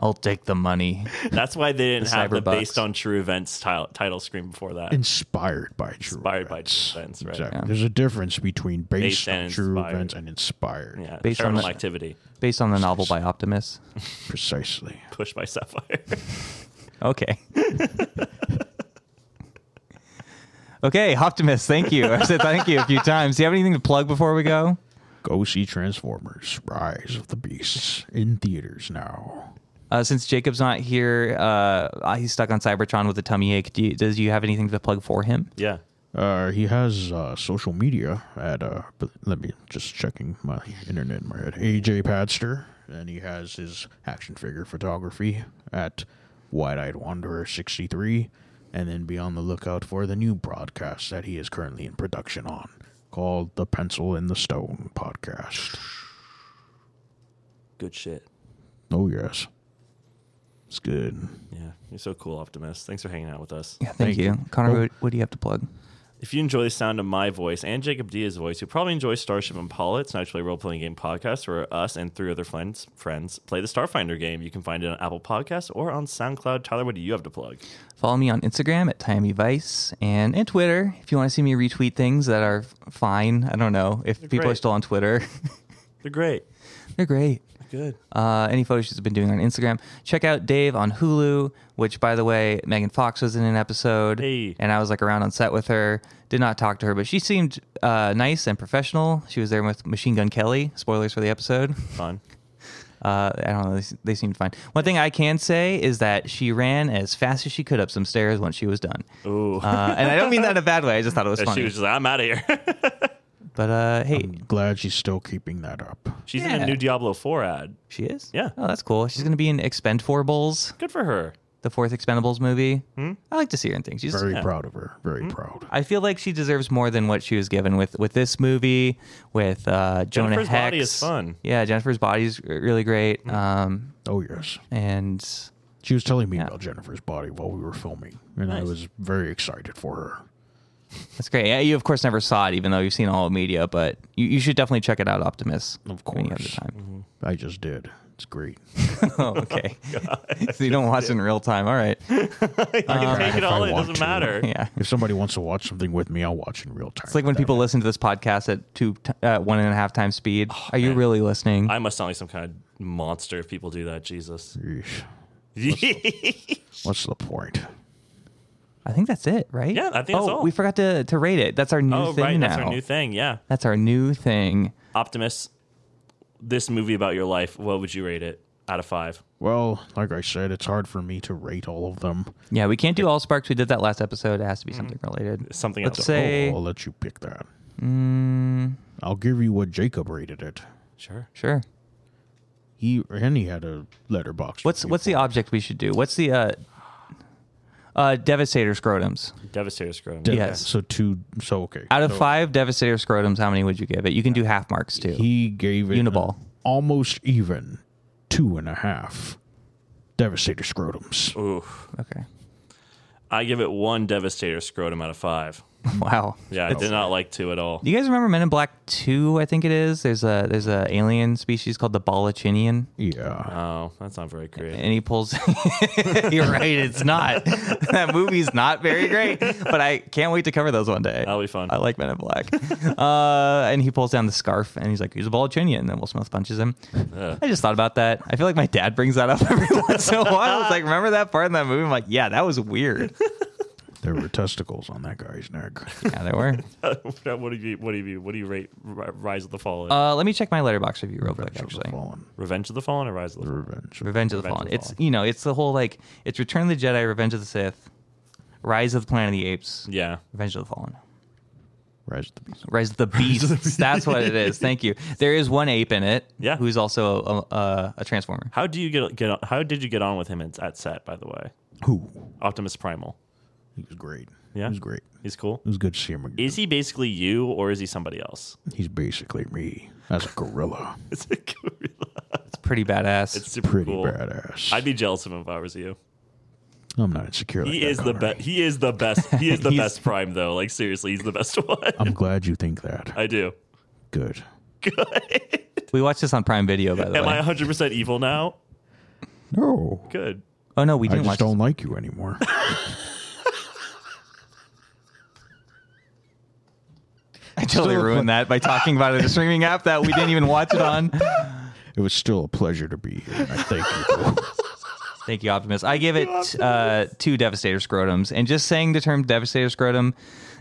A: I'll take the money.
B: That's why they didn't
A: The
B: have the
A: Cyberbucks.
B: based on true events title, title screen before that.
C: Inspired by true
B: Inspired by
C: events.
B: true events, right.
C: Exactly. There's a difference between based,
B: Based
C: on
B: and
C: true
B: inspired.
C: events and inspired.
B: Yeah,
A: Based on
B: paranormal
A: the-
B: activity
A: Based on the novel by Optimus.
C: Precisely.
B: pushed by Sapphire.
A: Okay. okay, Optimus, thank you. I've said thank you a few times. Do you have anything to plug before we go?
C: Go see Transformers: Rise of the Beasts in theaters now.
A: Uh, since Jacob's not here, uh, he's stuck on Cybertron with a tummy ache. Do you, does you have anything to plug for him?
B: [laughs] yeah.
C: Uh, he has uh, social media at uh, but let me just checking my internet in my head. AJ Padster, and he has his action figure photography at Wide Eyed Wanderer sixty three, and then be on the lookout for the new broadcast that he is currently in production on, called the Pencil and the Stone podcast.
B: Good shit.
C: Oh yes, it's good.
B: Yeah, you're so cool, Optimus. Thanks for hanging out with us.
A: Yeah, thank,
C: Thank
A: you.
C: you.
A: Connor,
C: Oh.
A: what, what do you have to plug?
B: If you enjoy the sound of my voice and Jacob Dia's voice, you probably enjoy Starship Impala. It's an actually role playing game podcast where us and three other friends friends play the Starfinder game. You can find it on Apple Podcasts or on SoundCloud. Tyler, what do you have to plug?
A: Follow me on Instagram at Timey Vice and, and Twitter if you want to see me retweet things that are fine. I don't know if people are
B: great.
A: still on Twitter.
B: They're great.
A: [laughs] They're great.
B: Good.
A: uh, any photo shoots I've been doing on Instagram. Check out Dave on Hulu, which, by the way, Megan Fox was in an episode,
B: Hey.
A: and I was like around on set with her. Did not talk to her, but she seemed uh, nice and professional. She was there with Machine Gun Kelly. Spoilers for the episode. [laughs]
B: Fun.
A: Uh, I don't know. They, they seemed fine. One thing I can say is that she ran as fast as she could up some stairs once she was done.
B: Ooh.
A: Uh, and I don't mean that in a bad way. I just thought it
B: [laughs]
A: was funny.
B: Oh. she was Um, just like, I'm out of here. [laughs]
A: but uh, hey,
C: Glad she's still keeping that up.
B: She's in
A: Yeah.
B: a new Diablo 4 ad.
A: she is.
B: Yeah.
A: Oh, that's cool. She's gonna be in Expendables,
B: Good for her.
A: the fourth Expendables movie.
B: Hmm?
A: I like to see her in things. She's
C: Very proud of her. Very proud.
A: I feel like she deserves more than what she was given with with this movie, with uh, Jonah
B: Jennifer's
A: Hex.
B: Body is fun. Mm-hmm.
A: Yeah, Jennifer's body is r- really great. Um,
C: Oh yes.
A: and
C: She was telling me about Jennifer's body while we were filming, and I
B: Nice.
C: was very excited for her.
A: that's great. Yeah, you of course never saw it, even though you've seen all of media, but you, you should definitely check it out, Optimus.
C: Of
A: when you have the
C: course.
A: time.
C: I just did. It's great.
A: [laughs]
B: Mm-hmm.
A: oh,
B: [laughs]
A: okay. [laughs] so you don't watch in real time. All right.
B: I can take
C: if
B: Um, it all
C: I
B: in. It
C: want
B: doesn't
C: to.
B: matter.
A: Yeah.
C: If somebody wants to watch something with me, I'll watch in real time.
A: It's like when people listen to this podcast at two, t- uh, one and a half times speed. Are you really listening?
B: Oh, I must sound like some kind of monster if people do
A: [laughs]
B: that. Jesus.
C: Eesh.
B: [laughs] yeah,
C: What's the point?
A: I think that's it, right?
B: Yeah, I think
A: oh,
B: that's all.
A: we forgot to, to rate it. That's our new
B: Oh,
A: thing
B: right.
A: now.
B: That's our new thing. Yeah.
A: That's our new thing.
B: Optimus, this movie about your life, what would you rate it out of five?
C: Well, like I said, it's hard for me to rate all of them.
A: Yeah, we can't do all sparks. We did that last episode. It has to be something related.
B: Something
A: Let's
B: else.
A: say- Hey. Mm.
C: Oh, I'll let you pick that. I'll give you what Jacob rated it.
B: Oh, Sure.
A: Sure.
C: He and he had a letterbox.
A: What's what's the object we should do? What's the uh uh devastator scrotums?
B: Devastator Scrum.
C: Yeah,
A: yes.
C: So two. So okay.
A: Out of
C: So
A: five devastator scrotums, how many would you give it? You can do half marks too.
C: he gave it an
A: Uniball.
C: almost even two and a half. Devastator scrotums.
B: Ooh.
A: okay. [laughs]
B: I give it one Devastator Scrotum out of five.
A: Wow.
B: Yeah, I did not like two at all.
A: Do you guys remember Men in Black Two? I think it is. There's a there's a alien species called the Balochinian,
C: Yeah.
B: Oh, that's not very creative.
A: and he pulls. [laughs] You're right. It's not. [laughs] that movie's not very great, but I can't wait to cover those one day.
B: That'll be fun.
A: I like Men in Black. [laughs] uh, and he pulls down the scarf and he's like, he's a Balochinian. And then Will Smith punches him. I just thought about that. I feel like my dad brings that up [laughs] every once in a while. It's like, remember that part in that movie? I'm like, yeah, that was [laughs] weird.
C: There were testicles on that guy's neck.
B: [laughs]
A: yeah, there were.
B: what do you what do you what do you rate Ri- Rise of the Fallen?
A: Uh, let me check my letterbox review real quick, actually.
C: Fallen.
B: Revenge of the Fallen or Rise of the Fallen?
C: Revenge.
A: Revenge of the
B: Revenge
A: Fallen.
B: of the
A: It's, you know, it's the whole like, it's Return of the Jedi, Revenge of the Sith, Rise of the Planet of the Apes,
B: Yeah.
A: Revenge of the Fallen.
C: Rise of the Beast.
A: Rise of the Beasts. [laughs] That's what it is. Thank you. There is one ape in it
B: Yeah.
A: who's also a, a, a transformer.
B: How do you get get on, how did you get on with him at, at set? By the way,
C: Who?
B: Optimus Primal.
C: He was great.
B: Yeah?
C: He was great.
B: He's cool.
C: It was good to see him again.
B: Is he basically you or is he somebody else?
C: He's basically me as a gorilla.
B: [laughs] It's a gorilla.
A: It's pretty badass.
B: It's super
C: Pretty
B: cool.
C: badass.
B: I'd be jealous of him if I was you.
C: I'm not insecure. like
B: He
C: that,
B: is the
C: Connor.
B: best. He is the best. He is the
A: He's-
B: [laughs] best prime though. Like seriously, he's the best one.
C: I'm glad you think that.
B: I do.
C: Good.
B: good.
A: We watched this on Prime Video, by the
B: Am
A: way.
B: I 100 percent evil now?
C: No,
B: Good.
A: oh no, we
C: I
A: didn't watch.
C: just don't like
B: [laughs]
C: you anymore.
A: [laughs] I totally
C: Still-
A: ruined that by talking about it, a streaming app that we didn't even watch it on.
C: [laughs] it was still a pleasure to be here. I thank you.
A: Thank you, Optimus. I give it uh, two Devastator scrotums. And just saying the term Devastator scrotum,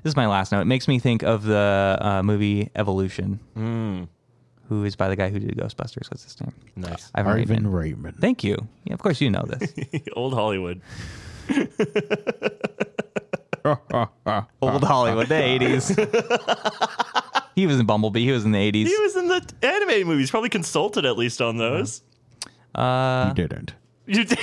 A: this is my last note. It makes me think of the uh, movie Evolution, who is by the guy who did Ghostbusters. What's his name?
B: Nice.
A: Ivan
C: Ivan
A: Reitman.
C: Reitman.
A: Thank you. Yeah, of course, you know this.
B: [laughs] Old Hollywood.
A: Old Hollywood, the 80s. Oh, [laughs] he was in Bumblebee. He was in the 80s.
B: He was in the animated movies. Probably consulted at least on those.
C: you didn't.
B: You did.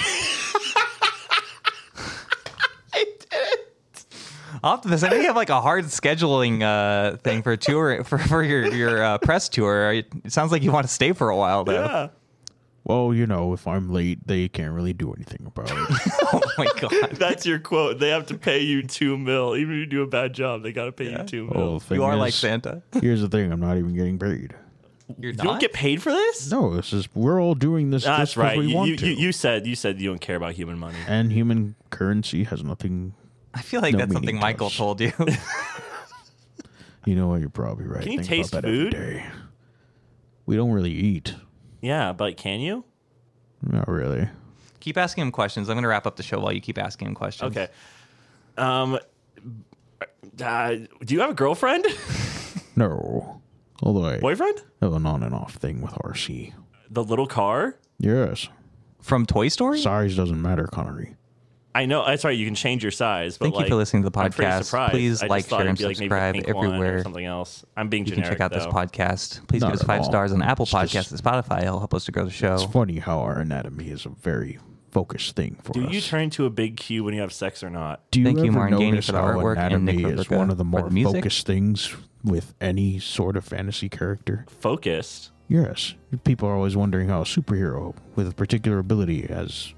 A: Optimus, I think you have like a hard scheduling uh, thing for tour for, for your your uh, press tour. It sounds like you want to stay for a while though.
B: Yeah.
C: Well, you know, if I'm late, they can't really do anything
B: [laughs]
C: about it.
A: [laughs] Oh my god,
B: [laughs] That's your quote. They have to pay you two mil. Even if you do a bad job, they gotta pay you two mil.
C: Well, the thing
A: you are like
C: is-
A: Santa.
C: Here's the thing: I'm not even getting paid.
A: You're
B: you don't
A: not.
B: get paid for this?
C: No, this is we're all doing this
B: That's
C: just 'cause
B: right.
C: we
B: You,
C: want
B: you,
C: to.
B: you, you said you said you don't care about human money.
C: and human currency has nothing.
A: I feel like
C: No
A: that's something
C: meaning to
A: Michael
C: us.
A: told
C: [laughs]
A: you.
C: You know what? You're probably right.
B: Can you
C: Think about
B: taste
C: that every
B: food?
C: day. We don't really eat.
B: Yeah, but can you?
C: Not really.
A: keep asking him questions. I'm going to wrap up the show while you keep asking him questions.
B: Okay. Um. uh, do you have a girlfriend? [laughs]
C: No. Although I
B: Boyfriend?
C: have an on and off thing with RC.
B: The little car?
C: Yes.
A: From Toy Story.
C: Size doesn't matter, Connery.
B: I know. That's right. You can change your size. But
A: Thank you
B: like,
A: for listening to the
B: I'm pretty
A: podcast.
B: surprised.
A: Please
B: I just
A: like,
B: thought
A: share,
B: it'd
A: and
B: be like maybe a
A: subscribe
B: pink one or
A: everywhere.
B: Something else. I'm being
A: You can
B: generic.
A: check out this
B: though.
A: podcast. Please
C: Not
A: give us
C: at
A: five
C: all.
A: stars on Apple
C: It's just-
A: Podcasts and Spotify. It'll help us to grow the show.
B: Oh.
C: It's funny how our anatomy is a very focused thing for
B: Do
C: us.
B: you turn to a big Q when you have sex or not?
C: Do you
A: Thank you,
C: ever
A: Martin Gainey,
C: notice
A: for the
C: how
A: artwork, and Nick
C: anatomy is
A: Robica
C: one of the
A: for
C: more
A: the music?
C: focused things with any sort of fantasy character?
B: Focused.
C: Yes. People are always wondering how a superhero with a particular ability has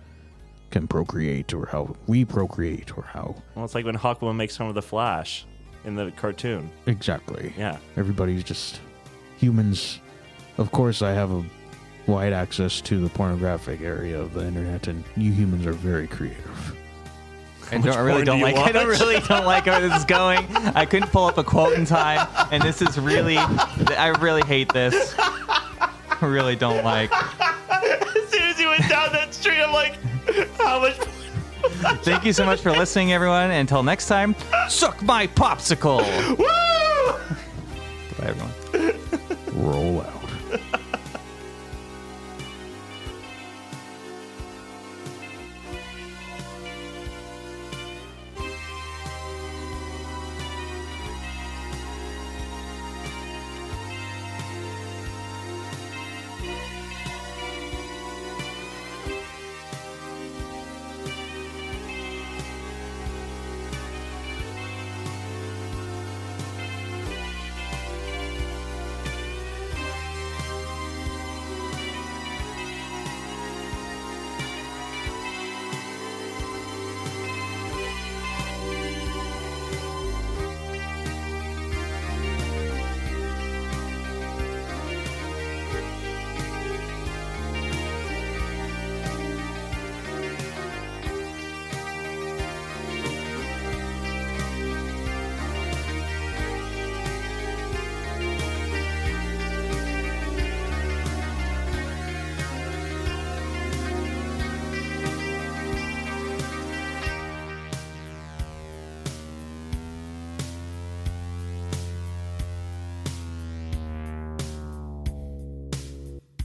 C: can procreate or how we procreate or how
B: Well, it's like when Hawkwoman makes fun of the Flash in the cartoon.
C: exactly.
B: Yeah.
C: Everybody's just humans. Of course I have a wide access to the pornographic area of the internet and you humans are very creative.
A: I, don't, I
B: porn
A: really
B: do
A: don't
B: you
A: like. I don't
B: watch?
A: really don't like where this is going. I couldn't pull up a quote in time, and this is really. I really hate this. I really don't like.
B: As soon as you went down that street, I'm like, how much? [laughs]
A: Thank you so much for listening, everyone. Until next time, suck my popsicle.
B: Woo!
A: Goodbye, everyone.
C: Roll out.